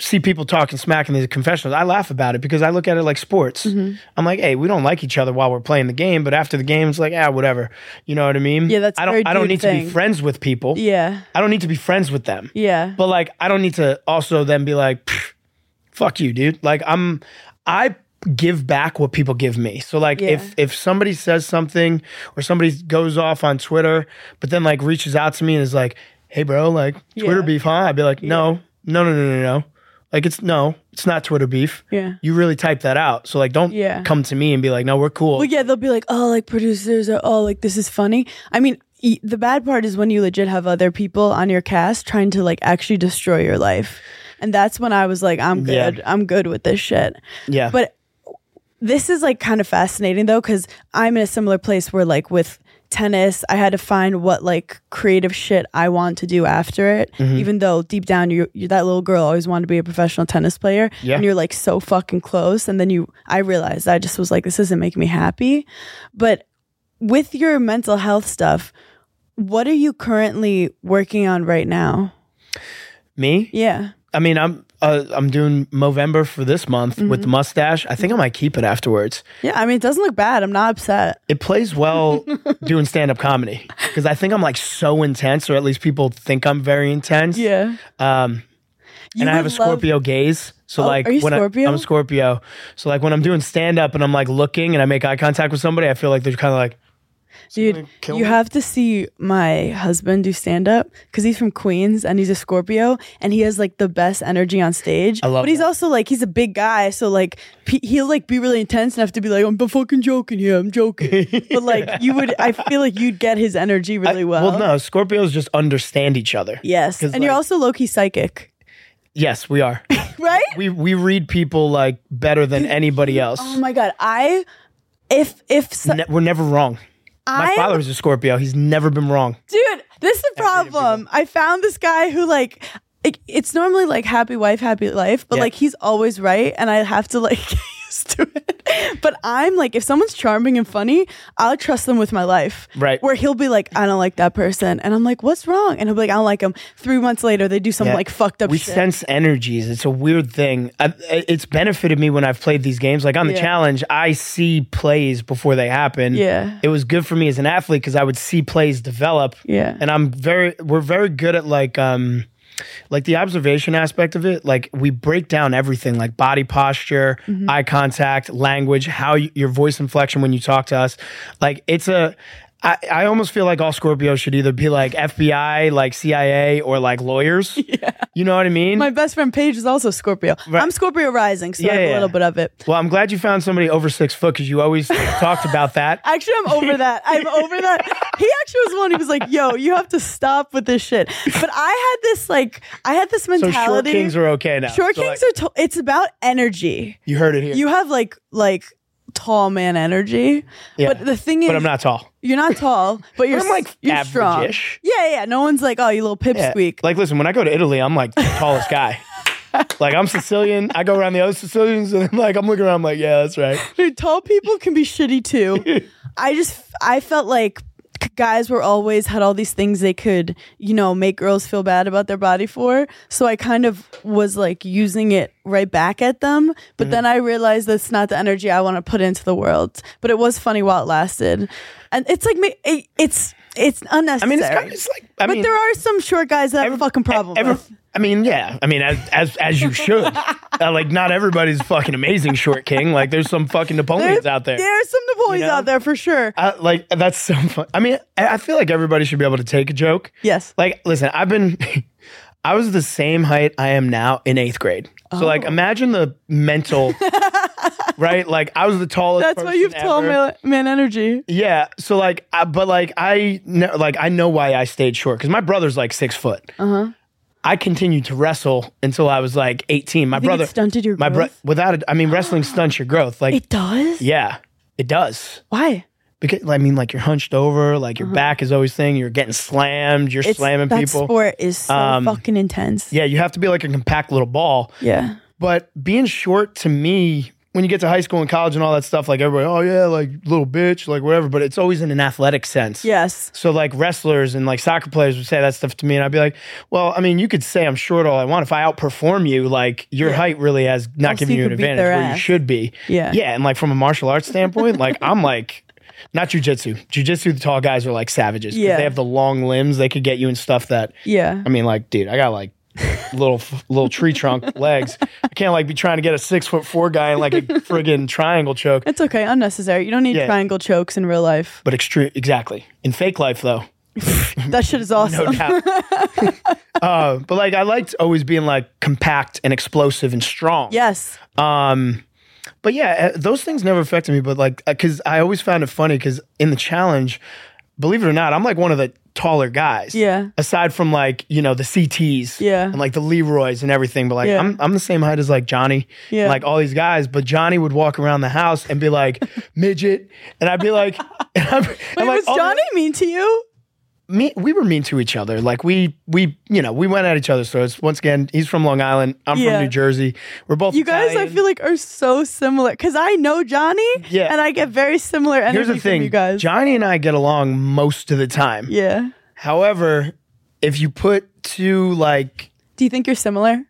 Speaker 3: see people talking smack in these confessionals. I laugh about it because I look at it like sports.
Speaker 2: Mm-hmm.
Speaker 3: I'm like, hey, we don't like each other while we're playing the game, but after the game, it's like, ah, whatever. You know what I mean?
Speaker 2: Yeah, that's
Speaker 3: I don't.
Speaker 2: very
Speaker 3: I don't
Speaker 2: dude
Speaker 3: need to
Speaker 2: thing.
Speaker 3: be friends with people.
Speaker 2: Yeah.
Speaker 3: I don't need to be friends with them.
Speaker 2: Yeah.
Speaker 3: But like, I don't need to also then be like, "Pfft, fuck you, dude. Like, I'm, I give back what people give me. So like,
Speaker 2: Yeah.
Speaker 3: if if somebody says something or somebody goes off on Twitter, but then like reaches out to me and is like, hey, bro, like Twitter
Speaker 2: Yeah.
Speaker 3: beef, huh? I'd be like, no, no, no, no, no, no. Like it's no, it's not Twitter beef.
Speaker 2: Yeah.
Speaker 3: You really typed that out. So like, don't
Speaker 2: Yeah.
Speaker 3: come to me and be like, no, we're cool.
Speaker 2: Well, yeah, they'll be like, oh, like producers are all like, this is funny. I mean, e- the bad part is when you legit have other people on your cast trying to like actually destroy your life. And that's when I was like, I'm
Speaker 3: Yeah.
Speaker 2: good. I'm good with this shit.
Speaker 3: yeah.
Speaker 2: But this is like kind of fascinating though, because I'm in a similar place where like with tennis, I had to find what like creative shit I want to do after it.
Speaker 3: Mm-hmm.
Speaker 2: Even though deep down, you you that little girl always wanted to be a professional tennis player,
Speaker 3: Yeah.
Speaker 2: and you're like so fucking close. And then you, I realized I just was like, this isn't making me happy. But with your mental health stuff, what are you currently working on right now?
Speaker 3: me.
Speaker 2: Yeah.
Speaker 3: I mean, I'm uh, I'm doing Movember for this month with the
Speaker 2: Mm-hmm.
Speaker 3: mustache. I think I might keep it afterwards.
Speaker 2: Yeah, I mean, it doesn't look bad. I'm not upset.
Speaker 3: It plays well doing stand up comedy because I think I'm like so intense, or at least people think I'm very intense.
Speaker 2: Yeah.
Speaker 3: Um,
Speaker 2: You
Speaker 3: and I have a
Speaker 2: would love-
Speaker 3: Scorpio gaze. So
Speaker 2: Oh,
Speaker 3: like
Speaker 2: are you
Speaker 3: when
Speaker 2: Scorpio?
Speaker 3: I, I'm a Scorpio, so like when I'm doing stand up and I'm like looking and I make eye contact with somebody, I feel like they're kind of like
Speaker 2: Dude, you have to see my husband do stand up because he's from Queens and he's a Scorpio and he has like the best energy on stage. I
Speaker 3: love
Speaker 2: But he's
Speaker 3: that.
Speaker 2: also like he's a big guy, so like p- he'll like be really intense enough to be like, "I'm b- fucking joking here, I'm joking." but like you would, I feel like you'd get his energy really well.
Speaker 3: Well, no, Scorpios just understand each other.
Speaker 2: Yes,
Speaker 3: 'Cause,
Speaker 2: and you're
Speaker 3: like-
Speaker 2: also low key psychic,
Speaker 3: Yes, we are.
Speaker 2: right?
Speaker 3: we we read people like better than anybody else.
Speaker 2: oh my god, I if if so,
Speaker 3: Ne- we're never wrong. My
Speaker 2: I-
Speaker 3: father was a Scorpio. He's never been wrong.
Speaker 2: dude this is the problem i found this guy who like it, it's normally like happy wife happy life but
Speaker 3: Yeah.
Speaker 2: like he's always right and i have to like get used to it but i'm like if someone's charming and funny i'll trust them with my life
Speaker 3: Right.
Speaker 2: where he'll be like i don't like that person and i'm like what's wrong and he'll be like i don't like him three months later they do some
Speaker 3: Yeah.
Speaker 2: like fucked up
Speaker 3: We
Speaker 2: shit
Speaker 3: sense energies. It's a weird thing. I, it's benefited me when I've played these games. Like on the
Speaker 2: Yeah.
Speaker 3: challenge, I see plays before they happen.
Speaker 2: Yeah.
Speaker 3: It was good for me as an athlete because I would see plays develop.
Speaker 2: Yeah.
Speaker 3: And I'm very, we're very good at like, um, like the observation aspect of it, like we break down everything, like body posture, eye contact, language, how you, your voice inflection when you talk to us. Like it's a, I, I almost feel like all Scorpios should either be like FBI, like CIA, or like lawyers. You know what I mean?
Speaker 2: my best friend paige is also scorpio i'm scorpio rising so i
Speaker 3: Yeah,
Speaker 2: have a
Speaker 3: yeah.
Speaker 2: little bit of it
Speaker 3: well, I'm glad you found somebody over six foot because you always talked about that.
Speaker 2: Actually, I'm over that. I'm over that. He actually was the one who was like, "Yo, you have to stop with this shit." But I had this like, I had this
Speaker 3: So short
Speaker 2: mentality.
Speaker 3: kings are okay now.
Speaker 2: Short
Speaker 3: So,
Speaker 2: kings
Speaker 3: like,
Speaker 2: are. To- it's about energy.
Speaker 3: You heard it here.
Speaker 2: You have like like tall man energy.
Speaker 3: Yeah.
Speaker 2: But the thing is,
Speaker 3: But I'm not tall.
Speaker 2: you're not tall, but you're
Speaker 3: I'm, like,
Speaker 2: s- you're strong.
Speaker 3: average-ish.
Speaker 2: Yeah, yeah. No one's like, oh, you little
Speaker 3: Yeah.
Speaker 2: pipsqueak.
Speaker 3: Like, listen, when I go to Italy, I'm like the tallest guy. like, I'm Sicilian. I go around the other Sicilians, and I'm like, I'm looking around, I'm like, yeah, that's right.
Speaker 2: Dude, tall people can be shitty too. I just I felt like c- guys were always had all these things they could, you know, make girls feel bad about their body for. So I kind of was like using it right back at them,
Speaker 3: Mm-hmm.
Speaker 2: but then I realized that's not the energy I want to put into the world. But it was funny while it lasted. And it's like ma- it, it's it's
Speaker 3: I
Speaker 2: unnecessary.
Speaker 3: mean, it's kind of it's like, I
Speaker 2: but
Speaker 3: mean,
Speaker 2: there are some short guys that have
Speaker 3: every-
Speaker 2: a fucking problem.
Speaker 3: every-
Speaker 2: with.
Speaker 3: I mean, yeah. I mean, as as, as you should. Uh, like, not everybody's fucking amazing, short king. Like, there's some fucking Napoleons out there.
Speaker 2: There are some Napoleons
Speaker 3: You know?
Speaker 2: out there for sure.
Speaker 3: I, like that's so fun. I mean, I I feel like everybody should be able to take a joke.
Speaker 2: Yes.
Speaker 3: Like, listen, I've been, I was the same height I am now in eighth grade. So,
Speaker 2: Oh.
Speaker 3: like, imagine the mental, right? Like, I was the tallest.
Speaker 2: That's why
Speaker 3: person
Speaker 2: you've tall
Speaker 3: ever.
Speaker 2: man, man energy.
Speaker 3: Yeah. So, like, I, but like, I know, like, I know why I stayed short because my brother's like six foot. Uh
Speaker 2: Uh-huh.
Speaker 3: huh. I continued to wrestle until I was like eighteen. My
Speaker 2: think it
Speaker 3: brother
Speaker 2: stunted your
Speaker 3: my
Speaker 2: growth?
Speaker 3: without it. I mean, wrestling stunts your growth. Like,
Speaker 2: It does?
Speaker 3: yeah, it does
Speaker 2: Why?
Speaker 3: because I mean, like you're hunched over, like
Speaker 2: Uh-huh.
Speaker 3: your back is always thing. You're getting slammed. You're slamming
Speaker 2: that
Speaker 3: people. Um,
Speaker 2: sport is so fucking intense. Yeah.
Speaker 3: Yeah, you have to be like a compact little ball. But being short to me, when you get to high school and college and all that stuff, like everybody, oh yeah, like little bitch, like whatever. But it's always in an athletic sense.
Speaker 2: Yes.
Speaker 3: So like wrestlers and like soccer players would say that stuff to me, and I'd be like, well, I mean, you could say I'm short all I want. If I outperform you, like your height really has not
Speaker 2: Oh, so
Speaker 3: given
Speaker 2: you
Speaker 3: you, an
Speaker 2: could beat
Speaker 3: advantage
Speaker 2: their
Speaker 3: where
Speaker 2: ass.
Speaker 3: you should be.
Speaker 2: Yeah.
Speaker 3: Yeah, and like from a martial arts standpoint, like I'm like not jujitsu. Jujitsu, the tall guys are like savages. 'cause
Speaker 2: Yeah.
Speaker 3: They have the long limbs. They could get you in stuff that
Speaker 2: Yeah.
Speaker 3: I mean, like, dude, I got like little little tree trunk legs. I can't like be trying to get a six foot four guy in like a friggin' triangle choke.
Speaker 2: It's okay. Unnecessary. You don't need
Speaker 3: Yeah.
Speaker 2: triangle chokes in real life.
Speaker 3: But extreme exactly. In fake life though,
Speaker 2: That shit is
Speaker 3: no
Speaker 2: awesome.
Speaker 3: doubt. uh, but like I liked always being like compact and explosive and strong.
Speaker 2: yes.
Speaker 3: Um, but yeah, uh, those things never affected me. But like, because I always found it funny because in the challenge, believe it or not, I'm like one of the taller guys.
Speaker 2: Yeah.
Speaker 3: Aside from like you know the CTs.
Speaker 2: Yeah.
Speaker 3: And like the Leroys and everything, but like
Speaker 2: Yeah.
Speaker 3: I'm I'm the same height as like Johnny.
Speaker 2: Yeah.
Speaker 3: And like all these guys, but Johnny would walk around the house and be like midget, and I'd be like, and I'm,
Speaker 2: Wait,
Speaker 3: I'm like,
Speaker 2: was
Speaker 3: "Oh,
Speaker 2: Johnny mean to you?
Speaker 3: me, we were mean to each other. Like we, we, you know, we went at each other's throats. Once again, he's from Long Island. I'm
Speaker 2: Yeah.
Speaker 3: from New Jersey. We're both
Speaker 2: You guys, I
Speaker 3: Italian.
Speaker 2: feel like, are so similar because I know Johnny
Speaker 3: Yeah.
Speaker 2: and I get very similar energy
Speaker 3: Here's the
Speaker 2: from
Speaker 3: thing,
Speaker 2: you guys.
Speaker 3: Johnny and I get along most of the time.
Speaker 2: yeah.
Speaker 3: However, if you put two like,
Speaker 2: Do you think you're similar? Do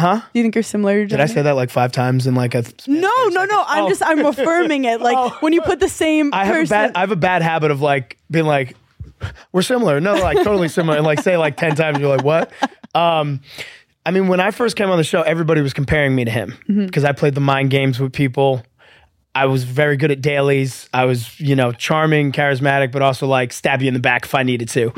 Speaker 3: huh?
Speaker 2: you think you're similar to
Speaker 3: Did
Speaker 2: Johnny?
Speaker 3: I say that like five times in like a?
Speaker 2: no, no, no. I'm
Speaker 3: Oh.
Speaker 2: just I'm affirming it. Like
Speaker 3: Oh.
Speaker 2: when you put the same
Speaker 3: I have a
Speaker 2: person.
Speaker 3: bad. I have a bad habit of like being like, we're similar. No, like totally similar. And like say like ten times, you're like, what? Um, I mean, when I first came on the show, everybody was comparing me to him because I played the mind games with people. I was very good at dailies. I was, you know, charming, charismatic, but also like stab you in the back if I needed to.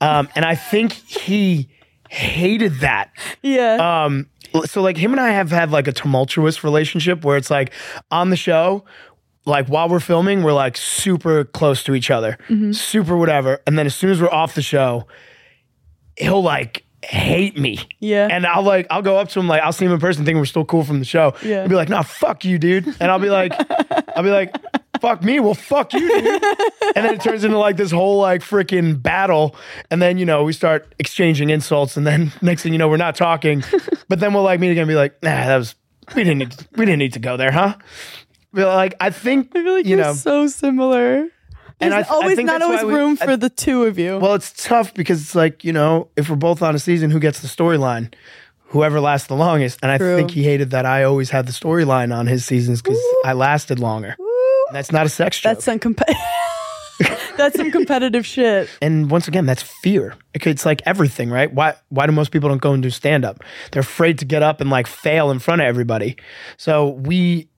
Speaker 3: Um, and I think he hated that
Speaker 2: yeah.
Speaker 3: um so like him and I have had like a tumultuous relationship where it's like on the show like while we're filming we're like super close to each other
Speaker 2: Mm-hmm.
Speaker 3: super whatever and then as soon as we're off the show he'll like hate me
Speaker 2: Yeah.
Speaker 3: and I'll like I'll go up to him like I'll see him in person thinking we're still cool from the show
Speaker 2: Yeah.
Speaker 3: and be like nah fuck you dude and I'll be like I'll be like fuck me well fuck you dude and then it turns into like this whole like freaking battle and then you know we start exchanging insults and then next thing you know we're not talking but then we'll like meet again and be like nah that was we didn't need to, we didn't need to go there huh But, like I think
Speaker 2: I feel like
Speaker 3: you
Speaker 2: you are
Speaker 3: know
Speaker 2: so similar. There's
Speaker 3: And I th- I
Speaker 2: always
Speaker 3: think
Speaker 2: not
Speaker 3: that's
Speaker 2: always
Speaker 3: why we-
Speaker 2: room
Speaker 3: I-
Speaker 2: for the two of you.
Speaker 3: well it's tough because it's like you know if we're both on a season who gets the storyline whoever lasts the longest and I
Speaker 2: True.
Speaker 3: think he hated that I always had the storyline on his seasons because I lasted longer
Speaker 2: Woo.
Speaker 3: that's not a sex joke
Speaker 2: that's some comp- That's some competitive shit.
Speaker 3: and once again that's fear It- it's like everything right why why do most people don't go and do stand up they're afraid to get up and like fail in front of everybody so we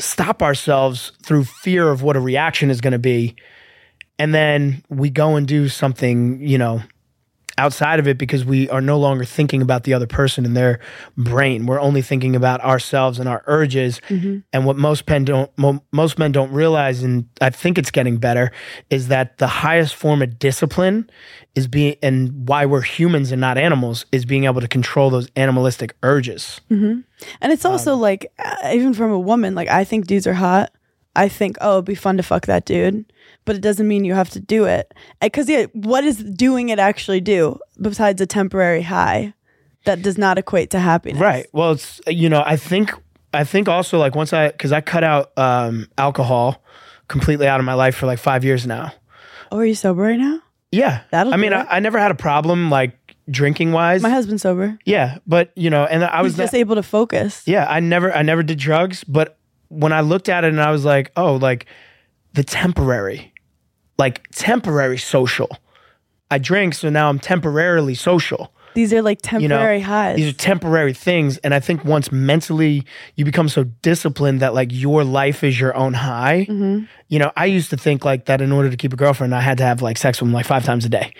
Speaker 3: stop ourselves through fear of what a reaction is going to be and then we go and do something you know outside of it because we are no longer thinking about the other person and their brain we're only thinking about ourselves and our urges and what most men don't mo- most men don't realize and i think it's getting better is that the highest form of discipline is being and why we're humans and not animals is being able to control those animalistic urges Um,
Speaker 2: And it's also like, uh, even from a woman, like I think dudes are hot. I think, oh, it'd be fun to fuck that dude. But it doesn't mean you have to do it. Because yeah, what does doing it actually do besides a temporary high that does not equate to happiness?
Speaker 3: Right. Well, it's you know, I think I think also like once I because I cut out um, alcohol completely out of my life for like five years now.
Speaker 2: Oh, are you sober right now?
Speaker 3: Yeah,
Speaker 2: That'll
Speaker 3: I mean,
Speaker 2: do
Speaker 3: I,
Speaker 2: it.
Speaker 3: I never had a problem like drinking wise.
Speaker 2: My husband's sober.
Speaker 3: yeah, but you know, and I
Speaker 2: I
Speaker 3: was
Speaker 2: was just
Speaker 3: not-
Speaker 2: able to focus.
Speaker 3: yeah, I never I never did drugs, but when I looked at it and I was like, oh, like the temporary, like temporary social. I drink, so now I'm temporarily social.
Speaker 2: These are like
Speaker 3: you know
Speaker 2: temporary highs.
Speaker 3: these are temporary things and i think once mentally you become so disciplined that like your life is your own high
Speaker 2: Mm-hmm.
Speaker 3: you know i used to think like that in order to keep a girlfriend i had to have like sex with them like five times a day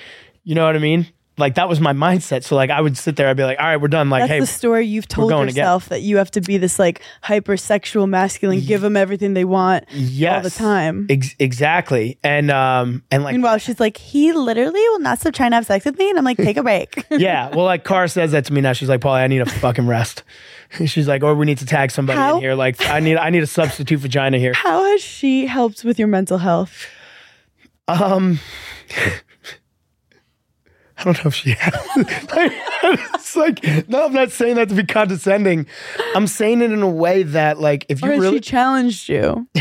Speaker 3: you know what i mean like that was my mindset so like i would sit there i'd be like all right we're done like
Speaker 2: That's
Speaker 3: hey
Speaker 2: the story you've told
Speaker 3: going again.
Speaker 2: yourself that you have to be this like hypersexual masculine, give them everything they want
Speaker 3: yes
Speaker 2: all the time.
Speaker 3: Ex- exactly and um and like
Speaker 2: Meanwhile, she's like, he literally will not stop trying to have sex with me. And I'm like, take a break.
Speaker 3: yeah, well, like Cara says that to me now. She's like, "Paulie, I need a fucking rest." She's like, "Or we need to tag somebody
Speaker 2: How-
Speaker 3: in here. Like, I need, I need a substitute vagina here."
Speaker 2: How has she helped with your mental health?
Speaker 3: Um, I don't know if she has. like, it's like, no, I'm not saying that to be condescending. I'm saying it in a way that, like, if you
Speaker 2: Or has
Speaker 3: really
Speaker 2: she challenged you?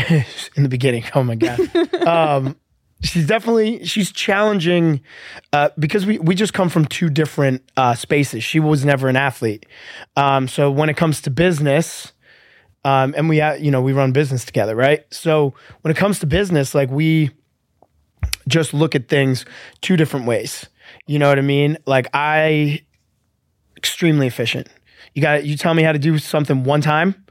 Speaker 3: in the beginning, oh my god, um, she's definitely she's challenging uh, because we we just come from two different uh, spaces. She was never an athlete, um, so when it comes to business, um, and we uh, you know we run business together, right? So when it comes to business, like we just look at things two different ways. You know what I mean? Like I extremely efficient. You got you tell me how to do something one time,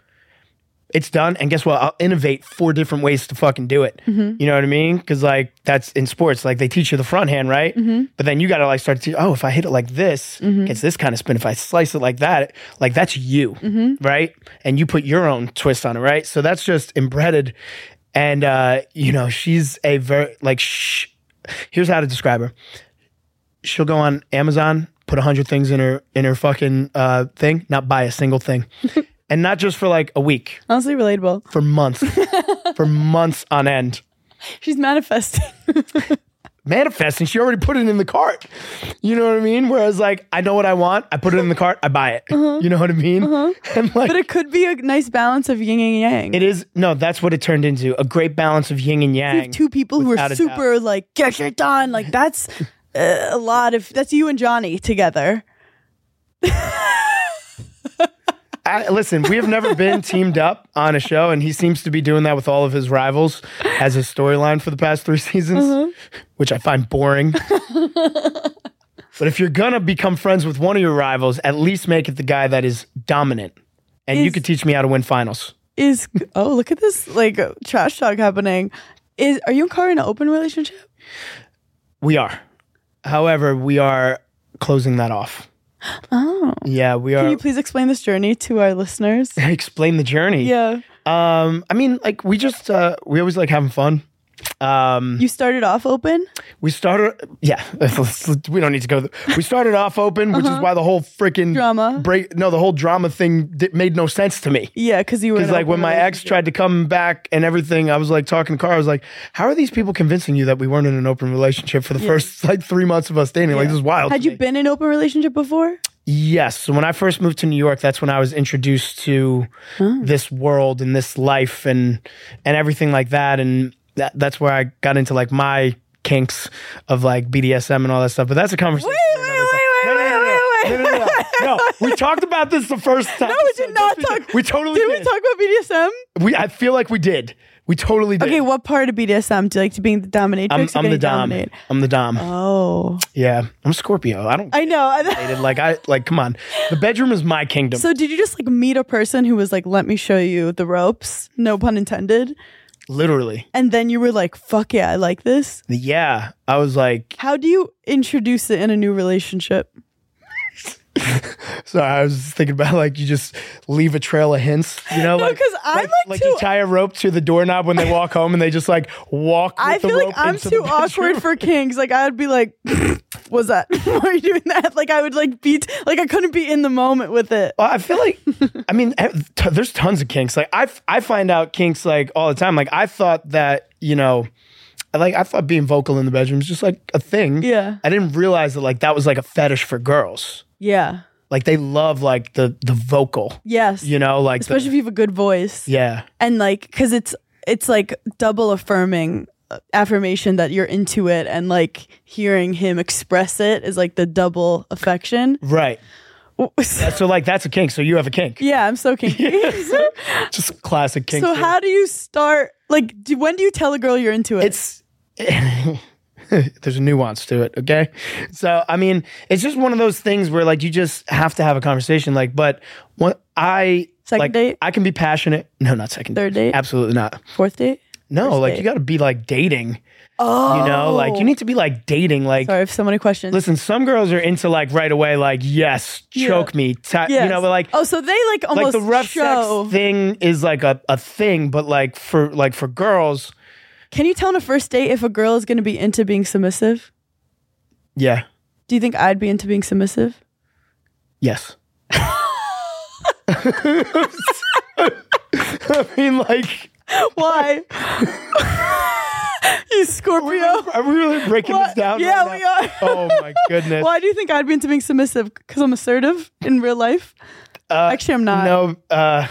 Speaker 3: it's done, and guess what? I'll innovate four different ways to fucking do it. You know what I mean? Because like that's in sports, like they teach you the front hand, right? But then you got to like start to oh, if I hit it like this, it's this kind of spin. If I slice it like that, like that's you, right? And you put your own twist on it, right? So that's just embedded. And uh, you know, she's a very like. Sh- here's how to describe her she'll go on Amazon, put a hundred things in her in her fucking uh, thing, not buy a single thing, and not just for like a week,
Speaker 2: Honestly, relatable.
Speaker 3: for months, for months on end.
Speaker 2: She's manifesting.
Speaker 3: Manifesting, she already put it in the cart. You know what I mean? Whereas, like, I know what I want, I put it in the cart, I buy it. You know what I mean? And like,
Speaker 2: Uh-huh. but it could be a nice balance of yin and yang.
Speaker 3: it is no, that's what it turned into—a great balance of yin and
Speaker 2: You
Speaker 3: yang.
Speaker 2: have two people who
Speaker 3: Without
Speaker 2: are
Speaker 3: a doubt.
Speaker 2: super like, get shit done. Like, that's uh, a lot of, that's you and Johnny together.
Speaker 3: I, listen, we have never been teamed up on a show, and he seems to be doing that with all of his rivals as his storyline for the past three seasons,
Speaker 2: Mm-hmm.
Speaker 3: which I find boring. but if you're gonna become friends with one of your rivals, at least make it the guy that is dominant, and you
Speaker 2: Is-
Speaker 3: could teach me how to win finals.
Speaker 2: Is, oh, look at this like trash talk happening. Is, are you and Cara in an open relationship?
Speaker 3: We are, however, we are closing that off.
Speaker 2: Oh.
Speaker 3: Yeah, we
Speaker 2: Can
Speaker 3: are.
Speaker 2: you please explain this journey to our listeners?
Speaker 3: Explain the journey.
Speaker 2: Yeah.
Speaker 3: Um. I mean, like we just uh, we always like having fun. Um.
Speaker 2: You started off open?
Speaker 3: We started, yeah. we don't need to go. th- We started off open, which is why the whole freaking
Speaker 2: Uh-huh. Drama.
Speaker 3: break. No, the whole drama thing di- made no sense to me.
Speaker 2: Yeah, because you were.
Speaker 3: Because
Speaker 2: in an
Speaker 3: like when
Speaker 2: open
Speaker 3: my ex
Speaker 2: relationship.
Speaker 3: tried to come back and everything, I was like talking to Car. I was like, "How are these people convincing you that we weren't in an open relationship for the first like three months of us dating? Like this is wild."
Speaker 2: Had
Speaker 3: to
Speaker 2: you
Speaker 3: me."
Speaker 2: been in an open relationship before?
Speaker 3: Yes. So when I first moved to New York, that's when I was introduced to
Speaker 2: Oh.
Speaker 3: this world and this life and and everything like that. And that, that's where I got into like my kinks of like BDSM and all that stuff. But that's a conversation.
Speaker 2: Wait, wait, wait,
Speaker 3: No, no, no,
Speaker 2: wait,
Speaker 3: no, no, no, no, no, no. we talked about this the first time. No,
Speaker 2: we did not talk-
Speaker 3: We totally
Speaker 2: Did
Speaker 3: did.
Speaker 2: we talk about BDSM?
Speaker 3: We- I feel like we did. We totally did.
Speaker 2: Okay, what part of BDSM do you like to being the dominatrix? or
Speaker 3: I'm, I'm the
Speaker 2: getting
Speaker 3: dom.
Speaker 2: dominated?
Speaker 3: I'm the dom.
Speaker 2: Oh,
Speaker 3: yeah, I'm Scorpio. I don't.
Speaker 2: I know.
Speaker 3: like I like. Come on, the bedroom is my kingdom.
Speaker 2: so did you just like meet a person who was like, "Let me show you the ropes," no pun intended,
Speaker 3: literally.
Speaker 2: and then you were like, "Fuck yeah, I like this."
Speaker 3: Yeah, I was like,
Speaker 2: How do you introduce it in a new relationship?
Speaker 3: sorry, I was just thinking about like you just leave a trail of hints, you know?
Speaker 2: No,
Speaker 3: like,
Speaker 2: 'cause I'm, like,
Speaker 3: like
Speaker 2: too-
Speaker 3: you tie a rope to the doorknob when they walk home, and they just like walk. With
Speaker 2: I
Speaker 3: the
Speaker 2: feel like
Speaker 3: rope
Speaker 2: I'm
Speaker 3: into the
Speaker 2: too awkward
Speaker 3: bedroom.
Speaker 2: for kings. Like I'd be like, was that? Why are you doing that? Like I would like be t- like I couldn't be in the moment with it.
Speaker 3: Well, I feel like, I mean, eh, t- there's tons of kinks. Like I, f- I find out kinks like all the time. Like I thought that, you know, I like I thought being vocal in the bedroom is just like a thing.
Speaker 2: Yeah.
Speaker 3: I didn't realize that like that was like a fetish for girls.
Speaker 2: Yeah.
Speaker 3: Like they love like the the vocal.
Speaker 2: Yes.
Speaker 3: You know, like the-
Speaker 2: Especially if you have a good voice.
Speaker 3: yeah,
Speaker 2: and like because it's it's like double affirming uh, affirmation that you're into it and like hearing him express it is like the double affection
Speaker 3: right. So like that's a kink. So you have a kink.
Speaker 2: yeah i'm so kinky
Speaker 3: Just classic kink.
Speaker 2: so
Speaker 3: thing.
Speaker 2: how do you start like do, when do you tell a girl you're into it
Speaker 3: it's there's a nuance to it okay so i mean it's just one of those things where like you just have to have a conversation like but what i
Speaker 2: Second
Speaker 3: like,
Speaker 2: date?
Speaker 3: i can be passionate no not second
Speaker 2: Third date?
Speaker 3: absolutely not
Speaker 2: fourth date
Speaker 3: no like
Speaker 2: date.
Speaker 3: you gotta be like dating
Speaker 2: oh
Speaker 3: you know like you need to be like dating like
Speaker 2: sorry if so many questions
Speaker 3: listen some girls are into like right away like yes choke me ta- you
Speaker 2: Yes.
Speaker 3: know but like
Speaker 2: oh so they like
Speaker 3: like
Speaker 2: almost
Speaker 3: the rough
Speaker 2: show
Speaker 3: sex thing is like a, a thing but like for like for girls
Speaker 2: can you tell on a first date if a girl is going to be into being submissive
Speaker 3: yeah
Speaker 2: do you think i'd be into being submissive
Speaker 3: Yes. I mean, like,
Speaker 2: Why? you Scorpio.
Speaker 3: are we really breaking
Speaker 2: What?
Speaker 3: this down?
Speaker 2: Yeah,
Speaker 3: right
Speaker 2: we
Speaker 3: now?
Speaker 2: are.
Speaker 3: Oh my goodness.
Speaker 2: Why do you think I'd be into being submissive? Because I'm assertive in real life.
Speaker 3: Uh,
Speaker 2: Actually, I'm not.
Speaker 3: No, uh,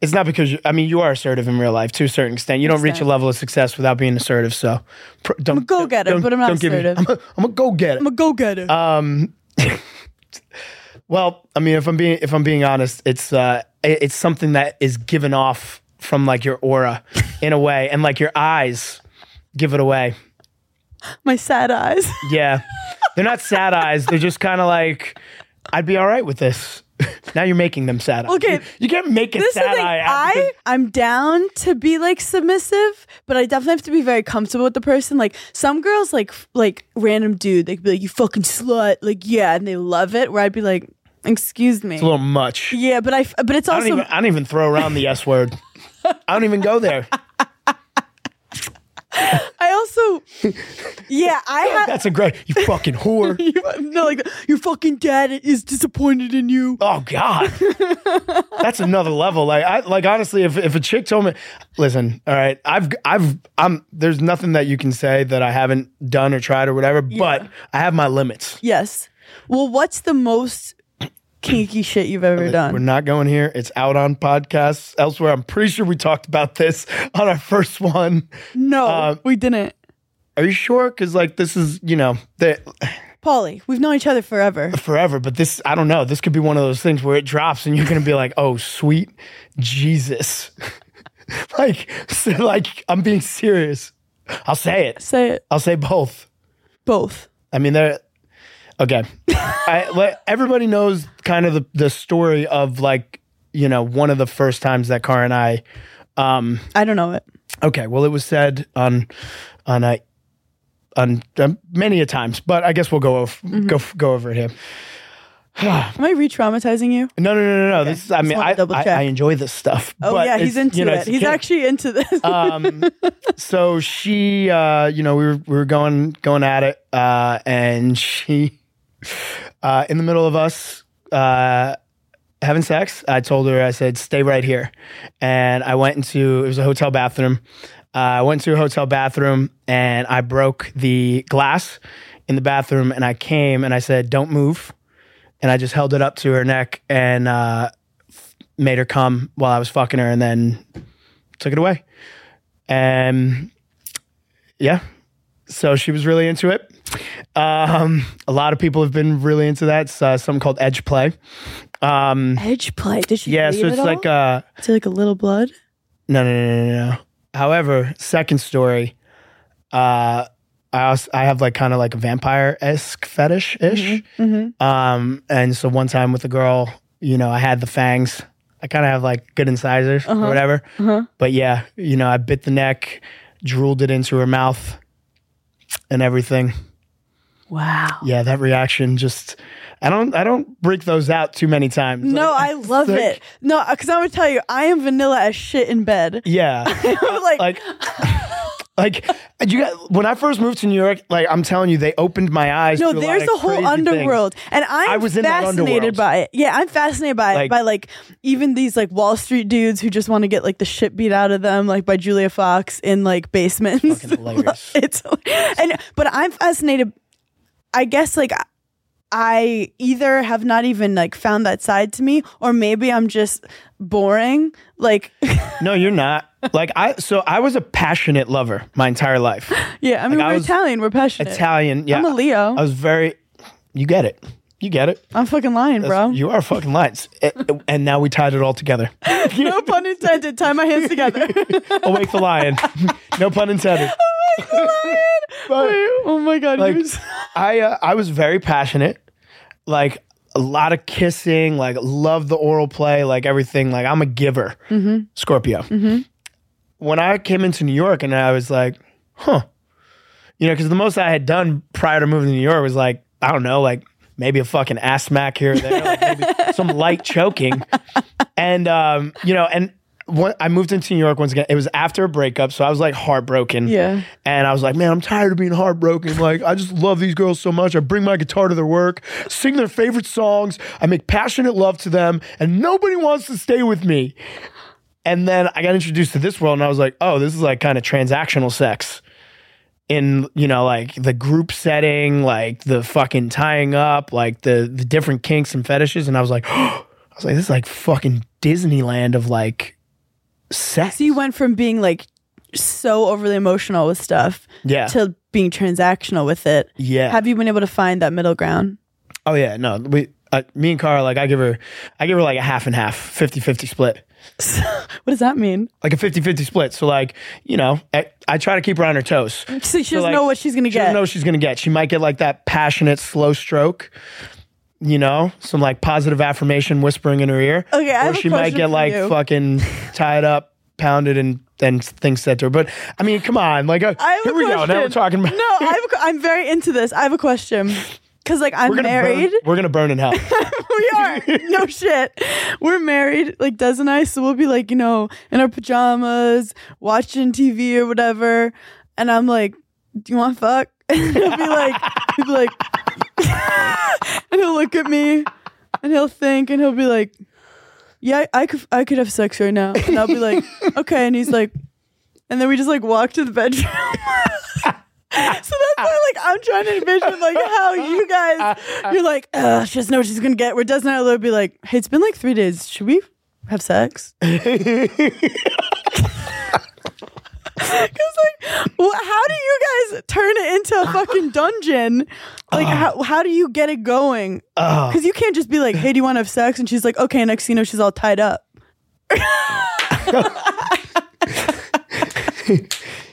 Speaker 3: it's not because you, I mean you are assertive in real life to a certain extent. You don't reach a
Speaker 2: Extent.
Speaker 3: level of success without being assertive. So, pr- don't
Speaker 2: a go-getter,
Speaker 3: don't-
Speaker 2: but I'm not
Speaker 3: don't give me-
Speaker 2: assertive.
Speaker 3: I'm a- I'm a go getter.
Speaker 2: I'm a go getter.
Speaker 3: Um, well, I mean, if I'm being if I'm being honest, it's uh, it- it's something that is given off from like your aura, in a way, and like your eyes give it away.
Speaker 2: My sad eyes.
Speaker 3: Yeah, they're not sad eyes. They're just kind of like, I'd be all right with this. now you're making them sad. eyes.
Speaker 2: Okay.
Speaker 3: you, you can't make a
Speaker 2: This is
Speaker 3: sad
Speaker 2: like
Speaker 3: eye. out
Speaker 2: I
Speaker 3: because-
Speaker 2: I'm down to be like submissive, but I definitely have to be very comfortable with the person. Like some girls, like f- like random dude, they could be like, "You fucking slut," like yeah, and they love it. Where I'd be like, "Excuse me."
Speaker 3: it's a little much.
Speaker 2: Yeah, but I f- but it's
Speaker 3: I don't
Speaker 2: also
Speaker 3: even I don't even throw around the S word. I don't even go there.
Speaker 2: I also yeah I have
Speaker 3: That's a great you fucking whore.
Speaker 2: you, no, like your fucking dad is disappointed in you.
Speaker 3: Oh God, that's another level. Like, I like honestly, if if a chick told me, listen, all right, I've I've I'm there's nothing that you can say that I haven't done or tried or whatever, but I have my limits.
Speaker 2: Yes. Well, what's the most kinky shit you've ever
Speaker 3: We're
Speaker 2: done?
Speaker 3: not going here. It's out on podcasts elsewhere. I'm pretty sure we talked about this on our first one.
Speaker 2: No,
Speaker 3: uh,
Speaker 2: we didn't.
Speaker 3: Are you sure? Because like this is you know the
Speaker 2: Polly, we've known each other forever.
Speaker 3: forever, but this I don't know. This could be one of those things where it drops and you're gonna be like, oh sweet Jesus, like so, like I'm being serious. I'll say it.
Speaker 2: Say it.
Speaker 3: I'll say both.
Speaker 2: Both.
Speaker 3: I mean, they're okay. I, let, everybody knows kind of the, the story of like you know one of the first times that Car and I. Um,
Speaker 2: I don't know it.
Speaker 3: okay, well it was said on on a on um, many a times, but I guess we'll go over,
Speaker 2: Mm-hmm.
Speaker 3: go go over it here.
Speaker 2: Am I re-traumatizing you?
Speaker 3: No, no, no, no, no. This is, I mean,
Speaker 2: wanna
Speaker 3: I,
Speaker 2: double
Speaker 3: I,
Speaker 2: check.
Speaker 3: I enjoy this stuff.
Speaker 2: Oh
Speaker 3: but
Speaker 2: yeah, he's
Speaker 3: it's-
Speaker 2: into
Speaker 3: you know,
Speaker 2: it.
Speaker 3: it's a
Speaker 2: He's
Speaker 3: kid.
Speaker 2: actually into this.
Speaker 3: Um, so she, uh, you know, we were we were going going at it, uh, and she, uh, in the middle of us uh, having sex, I told her, I said, "Stay right here," and I went into it was a hotel bathroom. Uh, I went to a hotel bathroom and I broke the glass in the bathroom, and I came and I said, "Don't move," and I just held it up to her neck and. Uh, f- Made her come while I was fucking her, and then took it away. And Um, yeah, so she was really into it. Um, a lot of people have been really into that. It's uh, something ced edge play. Um,
Speaker 2: Edge play. Did she?
Speaker 3: yeah,
Speaker 2: bleed
Speaker 3: so it's
Speaker 2: at
Speaker 3: like
Speaker 2: all?
Speaker 3: uh,
Speaker 2: Is it like a little blood?
Speaker 3: no, no, no, no, no, no. However, second story, uh, I also, I have like kind of like a vampire esque fetish ish. Um, and so one time with a girl, you know, I had the fangs. I kind of have like good incisors or whatever. But yeah, you know, I bit the neck, drooled it into her mouth, and everything.
Speaker 2: Wow.
Speaker 3: Yeah, that reaction just. I don't. I don't break those out too many times.
Speaker 2: No,
Speaker 3: Like,
Speaker 2: I love
Speaker 3: like-
Speaker 2: it. No, because I'm gonna tell you, I am vanilla as shit in bed.
Speaker 3: Yeah.
Speaker 2: I'm like,
Speaker 3: like Like you got when I first moved to New York, like I'm telling you, they opened my eyes.
Speaker 2: No,
Speaker 3: to a lot
Speaker 2: there's
Speaker 3: of
Speaker 2: a whole
Speaker 3: crazy
Speaker 2: underworld,
Speaker 3: things.
Speaker 2: and I'm
Speaker 3: I was in that
Speaker 2: fascinated
Speaker 3: underworld.
Speaker 2: by it. Yeah, I'm fascinated by it.
Speaker 3: Like-
Speaker 2: By like even these like Wall Street dudes who just want to get like the shit beat out of them, like by Julia Fox in like basements.
Speaker 3: Fucking hilarious.
Speaker 2: it's and but I'm fascinated. I guess like I either have not even like found that side to me, or maybe I'm just boring. Like,
Speaker 3: No, you're not. Like I, so I was a passionate lover my entire life.
Speaker 2: yeah, I mean
Speaker 3: Like, I
Speaker 2: we're
Speaker 3: was
Speaker 2: Italian, we're passionate.
Speaker 3: Italian. Yeah,
Speaker 2: I'm a Leo.
Speaker 3: I was very. You get it. You get it.
Speaker 2: I'm fucking lying, bro.
Speaker 3: You are fucking lights. eh, and now we tied it all together.
Speaker 2: no pun intended. Tie my hands together.
Speaker 3: Awake the lion. No pun intended.
Speaker 2: oh my god,
Speaker 3: Like
Speaker 2: you was-
Speaker 3: I, uh, I was very passionate. Like a lot of kissing. Like love the oral play. Like everything. Like I'm a giver. Scorpio. When I came into New York, and I was like, huh, you know, because the most I had done prior to moving to New York was like, I don't know, like maybe a fucking ass smack here or there, like maybe some light choking. and um, you know, and when I moved into New York once again, it was after a breakup, so I was like heartbroken.
Speaker 2: Yeah.
Speaker 3: and I was like, man, I'm tired of being heartbroken. Like, I just love these girls so much. I bring my guitar to their work, sing their favorite songs, I make passionate love to them, and nobody wants to stay with me. And then I got introduced to this world, and I was like, oh, this is like kind of transactional sex. In you know, like the group setting, like the fucking tying up, like the the different kinks and fetishes, and I was like, I was like, this is like fucking Disneyland of like sex.
Speaker 2: So you went from being like so overly emotional with stuff
Speaker 3: yeah,
Speaker 2: to being transactional with it.
Speaker 3: yeah.
Speaker 2: Have you been able to find that middle ground?
Speaker 3: Oh yeah, no. We uh, me and Cara like I give her I give her like a half and half, 50-50 split.
Speaker 2: What does that mean?
Speaker 3: Like a 50-50 split. So like, you know, I, I try to keep her on her toes. She
Speaker 2: So she doesn't know what she's gonna
Speaker 3: She doesn't
Speaker 2: get.
Speaker 3: know what she's going to get. She might get like that passionate slow stroke. You know, some like positive affirmation whispering in her ear.
Speaker 2: Okay, I
Speaker 3: or
Speaker 2: have a
Speaker 3: she might
Speaker 2: question
Speaker 3: get
Speaker 2: for
Speaker 3: like
Speaker 2: you.
Speaker 3: fucking tied up, pounded, and and things said to her. But I mean, come on, like uh,
Speaker 2: I have
Speaker 3: here
Speaker 2: a
Speaker 3: we
Speaker 2: question.
Speaker 3: go. Now we're talking about
Speaker 2: no, I have a que- I'm very into this. I have a question because like I'm
Speaker 3: we're gonna
Speaker 2: married.
Speaker 3: Burn, we're gonna burn in hell.
Speaker 2: we are no shit. We're married, like Des and I. So we'll be like you know in our pajamas watching TV or whatever, and I'm like, "Do you want to fuck?" And he'll be like, he'll be like, and he'll look at me, and he'll think, and he'll be like, "Yeah, I could, I could have sex right now," and I'll be like, "Okay," and he's like, and then we just like walk to the bedroom. So that's why, like, I'm trying to envision, like, how you guys, you're like, Ugh, she doesn't know what she's gonna get. Where Des and I will be like, hey, it's been like three days. Should we have sex? Because, like, wh- how do you guys turn it into a fucking dungeon? Like, how, how do you get it going? Because you can't just be like, hey, do you want to have sex? And she's like, okay, next thing you know, she's all tied up.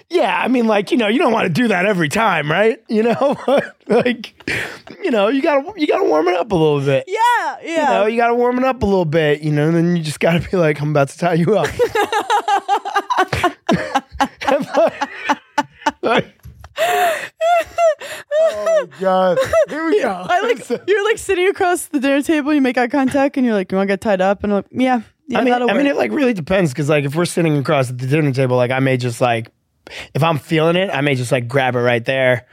Speaker 3: Yeah, I mean, like you know, you don't want to do that every time, right? You know, like you know, you gotta you gotta warm it up a little bit.
Speaker 2: Yeah, yeah.
Speaker 3: You know, you gotta warm it up a little bit. You know, and then you just gotta be like, I'm about to tie you up. oh God! Here we go.
Speaker 2: I like you're like sitting across the dinner table. You make eye contact, and you're like, "You want to get tied up?" And I'm like, "Yeah, yeah,
Speaker 3: I mean,
Speaker 2: that'll
Speaker 3: I
Speaker 2: work."
Speaker 3: mean, it like really depends because like if we're sitting across at the dinner table, like I may just like if I'm feeling it, I may just like grab it right there.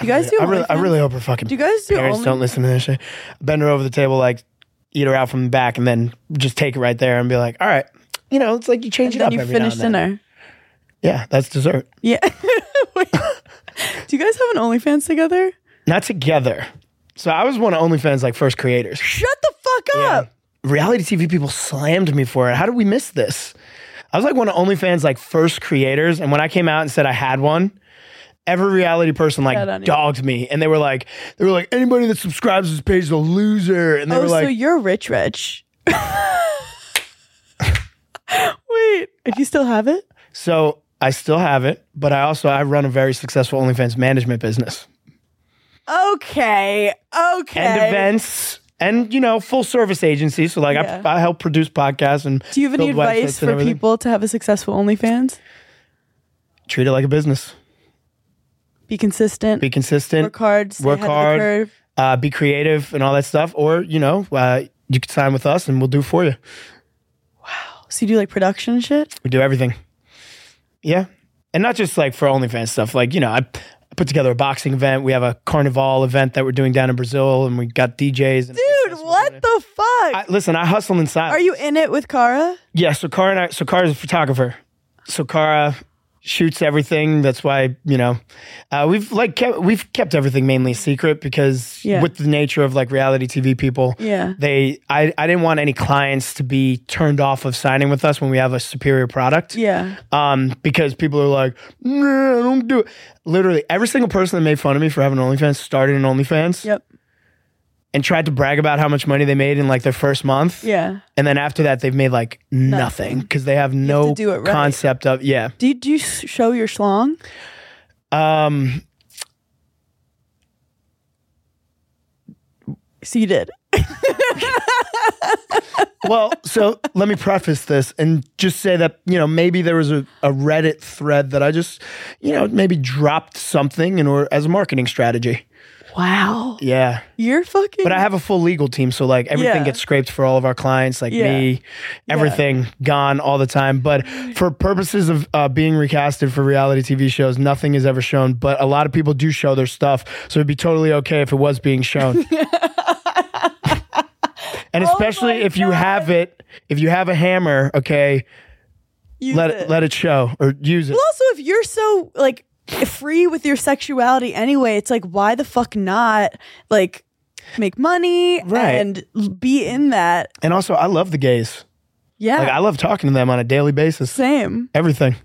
Speaker 2: you guys do.
Speaker 3: I really, I
Speaker 2: OnlyFans?
Speaker 3: really hope her fucking.
Speaker 2: Do you guys do
Speaker 3: parents
Speaker 2: only-
Speaker 3: don't listen to this shit. Bend her over the table, like eat her out from the back, and then just take it right there and be like, "All right, you know, it's like you change it
Speaker 2: Then
Speaker 3: up."
Speaker 2: you
Speaker 3: every
Speaker 2: finish
Speaker 3: now and then.
Speaker 2: dinner.
Speaker 3: Yeah, that's dessert.
Speaker 2: Yeah. Wait. do you guys have an OnlyFans together?
Speaker 3: Not together. So I was one of OnlyFans like first creators.
Speaker 2: Shut the fuck
Speaker 3: Yeah.
Speaker 2: up.
Speaker 3: Reality TV people slammed me for it. How did we miss this? I was like one of OnlyFans like first creators, and when I came out and said I had one, every reality person
Speaker 2: Shut on
Speaker 3: like
Speaker 2: you.
Speaker 3: dogged me, and they were like, they were like, anybody that subscribes to this page is a loser, and they
Speaker 2: Oh,
Speaker 3: were
Speaker 2: so
Speaker 3: like,
Speaker 2: you're rich, rich. Wait, do you still have it?
Speaker 3: So I still have it, but I also I run a very successful OnlyFans management business
Speaker 2: Okay, okay.
Speaker 3: and events and you know full service agency. So like
Speaker 2: Yeah.
Speaker 3: I, I help produce podcasts and
Speaker 2: Do you have any
Speaker 3: build websites
Speaker 2: advice
Speaker 3: and
Speaker 2: for
Speaker 3: everything.
Speaker 2: people to have a successful OnlyFans?
Speaker 3: Treat it like a business.
Speaker 2: Be consistent.
Speaker 3: Be consistent.
Speaker 2: work hard. Stay
Speaker 3: work
Speaker 2: ahead of the
Speaker 3: hard.
Speaker 2: curve.
Speaker 3: uh, be creative and all that stuff. Or you know uh, you can sign with us and we'll do for you.
Speaker 2: So you do like production and shit.
Speaker 3: We do everything. Yeah. and not just like for OnlyFans stuff. Like you know, I p- I put together a boxing event. We have a carnival event that we're doing down in Brazil, and we got DJs. And
Speaker 2: Dude, what the fuck?
Speaker 3: I, listen, I hustle in silence.
Speaker 2: Are you in it with Kara?
Speaker 3: Yeah, so Kara and I, so Kara's a photographer. So Kara shoots everything. That's why you know uh, we've like kept, we've kept everything mainly secret because
Speaker 2: Yeah.
Speaker 3: with the nature of like reality TV people,
Speaker 2: Yeah.
Speaker 3: they I I didn't want any clients to be turned off of signing with us when we have a superior product.
Speaker 2: Yeah.
Speaker 3: Um, because people are like, nah, I don't do it. Literally, every single person that made fun of me for having OnlyFans started an OnlyFans
Speaker 2: Yep.
Speaker 3: and tried to brag about how much money they made in like their first month.
Speaker 2: Yeah.
Speaker 3: And then after that, they've made like nothing because they have no
Speaker 2: to do it right.
Speaker 3: concept of yeah.
Speaker 2: Did you s- show your schlong?
Speaker 3: Um,
Speaker 2: So you did.
Speaker 3: well, so let me preface this and just say that you know maybe there was a, a Reddit thread that I just you know maybe dropped something in order as a marketing strategy.
Speaker 2: Wow.
Speaker 3: Yeah,
Speaker 2: You're fucking.
Speaker 3: but I have a full legal team, so like everything
Speaker 2: Yeah.
Speaker 3: gets scraped for all of our clients, like
Speaker 2: Yeah.
Speaker 3: me, everything gone all the time. But for purposes of uh, being recasted for reality TV shows, nothing is ever shown. But a lot of people do show their stuff, so it'd be totally okay if it was being shown. and especially
Speaker 2: Oh my
Speaker 3: if you have it, if you have a hammer, okay,
Speaker 2: Use
Speaker 3: let it let it show or use it.
Speaker 2: But also, if you're so like free with your sexuality anyway, it's like why the fuck not like make money
Speaker 3: Right.
Speaker 2: and be in that?
Speaker 3: And also, I love the gays.
Speaker 2: Yeah.
Speaker 3: Like I love talking to them on a daily basis.
Speaker 2: same.
Speaker 3: Everything.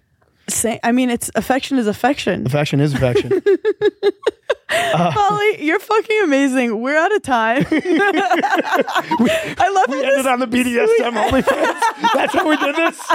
Speaker 2: Same. I mean, it's affection is affection.
Speaker 3: Affection is affection.
Speaker 2: Polly, you're fucking amazing. We're out of time. I love
Speaker 3: We
Speaker 2: how
Speaker 3: ended
Speaker 2: this.
Speaker 3: on the BDSM OnlyFans. That's how we did this.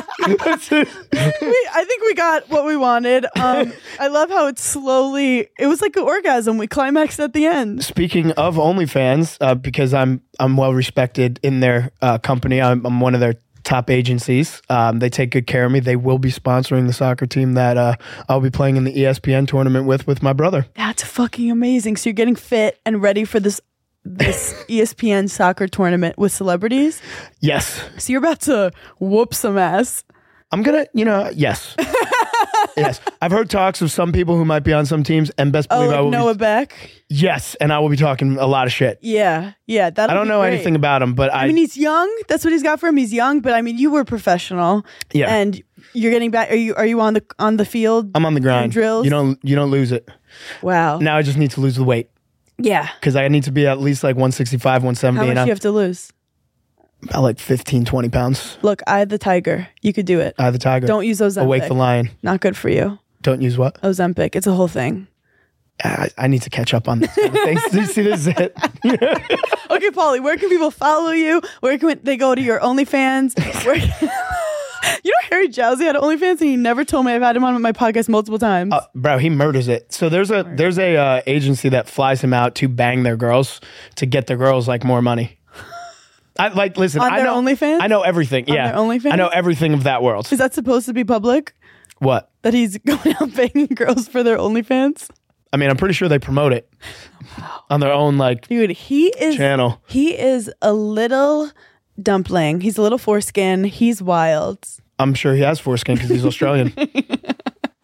Speaker 3: That's it.
Speaker 2: we, I think we got what we wanted. Um, I love how it's slowly. It was like an orgasm. We climaxed at the end.
Speaker 3: Speaking of OnlyFans, uh, because I'm I'm well respected in their uh, company. I'm, I'm one of their top agencies. Um, they take good care of me. They will be sponsoring the soccer team that uh, I'll be playing in the E ESPN tournament with with my brother.
Speaker 2: That's fucking amazing. So you're getting fit and ready for this this E ESPN soccer tournament with celebrities.
Speaker 3: Yes,
Speaker 2: So you're about to whoop some ass.
Speaker 3: I'm gonna. You know, yes. yes, I've heard talks of some people who might be on some teams, and best
Speaker 2: Oh,
Speaker 3: believe I
Speaker 2: like
Speaker 3: will.
Speaker 2: Noah
Speaker 3: Be,
Speaker 2: Beck.
Speaker 3: yes, and I will be talking a lot of shit.
Speaker 2: Yeah, yeah. That
Speaker 3: I don't know anything about him, but I,
Speaker 2: I mean, he's young. That's what he's got for him. He's young, but I mean, you were professional.
Speaker 3: Yeah.
Speaker 2: And you're getting back. Are you are you on the on the field?
Speaker 3: I'm on the grind.
Speaker 2: drills?
Speaker 3: You don't you don't lose it.
Speaker 2: wow.
Speaker 3: Now I just need to lose the weight
Speaker 2: yeah.
Speaker 3: because I need to be at least like 165, 170,
Speaker 2: How much
Speaker 3: and
Speaker 2: do
Speaker 3: I'm
Speaker 2: you have to lose?
Speaker 3: about like 15, 20 pounds.
Speaker 2: Look, I the tiger. You could do it.
Speaker 3: I have the tiger.
Speaker 2: Don't use Ozempic.
Speaker 3: awake the lion.
Speaker 2: Not good for you.
Speaker 3: Don't use what?
Speaker 2: Ozempic. It's a whole thing.
Speaker 3: Ah, I, I need to catch up on this. kind of things. you see, this is it.
Speaker 2: Okay, Polly, where can people follow you? Where can they go to your OnlyFans? Where you know Harry Jowsey had OnlyFans and he never told me. I've had him on my podcast multiple times.
Speaker 3: Uh, bro, he murders it. So there's a there's a uh, agency that flies him out to bang their girls to get their girls like more money. I like listen.
Speaker 2: On
Speaker 3: I
Speaker 2: their
Speaker 3: know
Speaker 2: OnlyFans?
Speaker 3: I know everything.
Speaker 2: On
Speaker 3: yeah,
Speaker 2: their OnlyFans?
Speaker 3: I know everything of that world.
Speaker 2: Is that supposed to be public?
Speaker 3: What?
Speaker 2: That he's going out banging girls for their OnlyFans?
Speaker 3: I mean, I'm pretty sure they promote it on their own like
Speaker 2: Dude, he is
Speaker 3: channel.
Speaker 2: he is a little dumpling. He's a little foreskin. He's wild.
Speaker 3: I'm sure he has foreskin because he's Australian,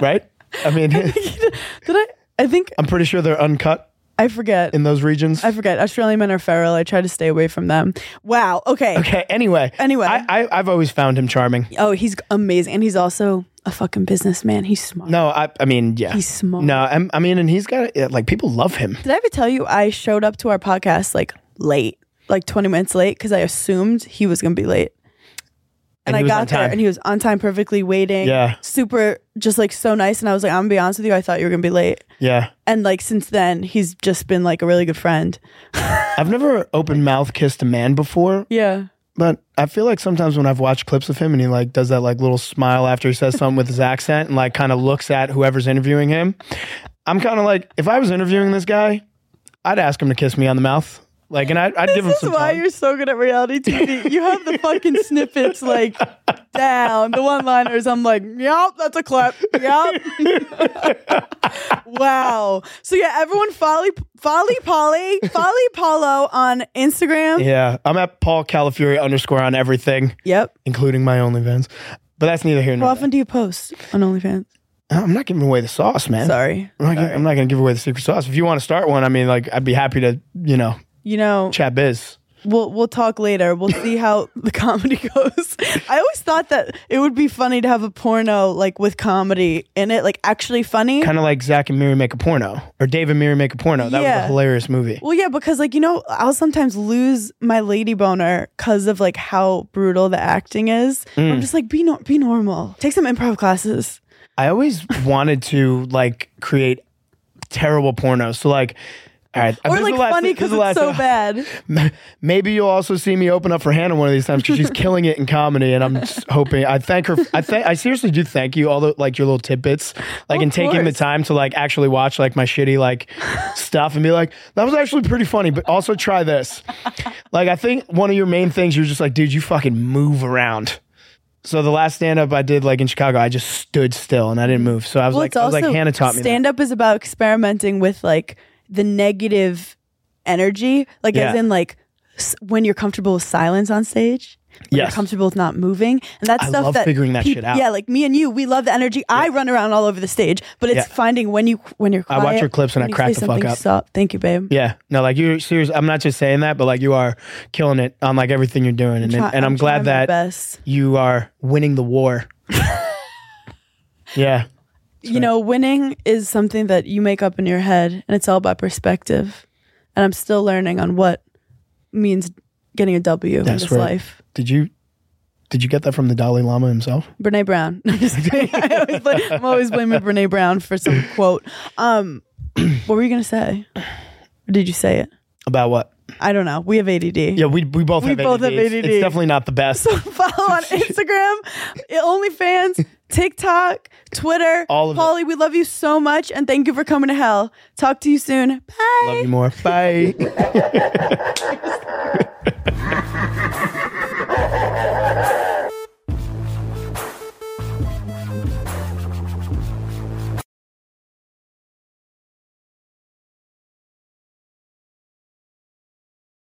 Speaker 3: right? I mean,
Speaker 2: Did I? I think
Speaker 3: I'm pretty sure they're uncut
Speaker 2: I forget.
Speaker 3: in those regions.
Speaker 2: I forget. Australian men are feral. I try to stay away from them. Wow. Okay.
Speaker 3: okay. Anyway.
Speaker 2: Anyway.
Speaker 3: I, I, I've always found him charming.
Speaker 2: Oh, he's amazing, and he's also a fucking businessman. He's smart.
Speaker 3: No, I. I mean, yeah.
Speaker 2: He's smart.
Speaker 3: No, I'm, I mean, and he's got yeah, like people love him.
Speaker 2: Did I ever tell you I showed up to our podcast like late, like twenty minutes late, because I assumed he was gonna be late.
Speaker 3: And
Speaker 2: And,
Speaker 3: he
Speaker 2: I
Speaker 3: was on
Speaker 2: got there,
Speaker 3: time.
Speaker 2: and he was on time, perfectly waiting.
Speaker 3: Yeah.
Speaker 2: super, just like so nice. And I was like, I'm gonna be honest with you, I thought you were gonna be late.
Speaker 3: Yeah.
Speaker 2: And like since then, he's just been like a really good friend.
Speaker 3: I've never open mouth kissed a man before,
Speaker 2: Yeah.
Speaker 3: but I feel like sometimes when I've watched clips of him and he like does that like little smile after he says something with his accent and like kind of looks at whoever's interviewing him, I'm kind of like, if I was interviewing this guy, I'd ask him to kiss me on the mouth. Like, and I'd, I'd give him
Speaker 2: This
Speaker 3: some
Speaker 2: is why
Speaker 3: time.
Speaker 2: you're so good at reality TV. You have the fucking snippets like down. The one liners, I'm like, yup, that's a clip. Yup. wow. So yeah, everyone folly folly Polly, folly Paulo on Instagram.
Speaker 3: Yeah, I'm at Paul Calafuri underscore on everything,
Speaker 2: Yep.
Speaker 3: including my OnlyFans. But that's neither here
Speaker 2: How
Speaker 3: nor there.
Speaker 2: often do you post on OnlyFans?
Speaker 3: I'm not giving away the sauce, man.
Speaker 2: Sorry.
Speaker 3: I'm not, gonna- I'm not gonna give away the secret sauce. If you want to start one, I mean, like, I'd be happy to, you know,
Speaker 2: You know,
Speaker 3: chat biz.
Speaker 2: we'll we'll talk later. We'll see how the comedy goes. I always thought that it would be funny to have a porno like with comedy in it, like actually funny.
Speaker 3: Kind of like Zach and Miri make a porno, or Dave and Miri make a porno. That was
Speaker 2: Yeah.
Speaker 3: a hilarious movie.
Speaker 2: well, yeah, because like you know, I'll sometimes lose my lady boner because of like how brutal the acting is. I'm just like, be nor be normal. Take some improv classes.
Speaker 3: I always wanted to like create terrible pornos. So like, all right,
Speaker 2: Or like funny because it's so bad.
Speaker 3: bad. Maybe you'll also see me open up for Hannah one of these times because she's killing it in comedy, and I'm just hoping. I thank her. I thank. I seriously do thank you all the like your little tidbits, like
Speaker 2: Of
Speaker 3: in taking the
Speaker 2: course.
Speaker 3: time to like actually watch like my shitty like stuff and be like that was actually pretty funny, but also try this. Like I think one of your main things you're just like, dude, you fucking move around. So the last stand up I did like in Chicago, I just stood still and I didn't move. So I was
Speaker 2: Well,
Speaker 3: like,
Speaker 2: it's
Speaker 3: I was
Speaker 2: also
Speaker 3: like, Hannah taught me. that.
Speaker 2: stand up is about experimenting with like the negative energy, like as
Speaker 3: Yeah.
Speaker 2: in like s- when you're comfortable with silence on stage. When
Speaker 3: Yes.
Speaker 2: you're comfortable with not moving, and that's
Speaker 3: I
Speaker 2: stuff
Speaker 3: love
Speaker 2: that
Speaker 3: figuring that
Speaker 2: peop-
Speaker 3: shit out.
Speaker 2: Yeah, like me and you, we love the energy. I run around all over the stage, but it's
Speaker 3: Yeah.
Speaker 2: finding when you when you're.
Speaker 3: I
Speaker 2: Quiet,
Speaker 3: watch your clips and
Speaker 2: when
Speaker 3: I
Speaker 2: you
Speaker 3: crack
Speaker 2: say
Speaker 3: the fuck
Speaker 2: something
Speaker 3: up.
Speaker 2: soft. Thank you, babe.
Speaker 3: Yeah, no, like you're serious. I'm not just saying that, but like you are killing it on like everything you're doing, and
Speaker 2: Try-
Speaker 3: and I'm,
Speaker 2: trying
Speaker 3: glad
Speaker 2: my
Speaker 3: that
Speaker 2: best.
Speaker 3: you are winning the war. yeah,
Speaker 2: you know, winning is something that you make up in your head, and it's all about perspective. And I'm still learning on what means getting a W
Speaker 3: That's
Speaker 2: in this
Speaker 3: right.
Speaker 2: life.
Speaker 3: did you did you get that from the Dalai Lama himself?
Speaker 2: Brene Brown. I'm, just kidding. I always, bla- I'm always blaming Brene Brown for some quote. Um, what were you gonna say? Or did you say it?
Speaker 3: About what?
Speaker 2: I don't know. We have ADD.
Speaker 3: Yeah, we we both
Speaker 2: We
Speaker 3: have
Speaker 2: both have
Speaker 3: ADD. It's- It's,
Speaker 2: ADD.
Speaker 3: definitely not the best.
Speaker 2: Follow on Instagram, OnlyFans, TikTok, Twitter.
Speaker 3: All of it.
Speaker 2: Polly, we love you so much, and thank you for coming to hell. Talk to you soon. Bye.
Speaker 3: Love you more. Bye.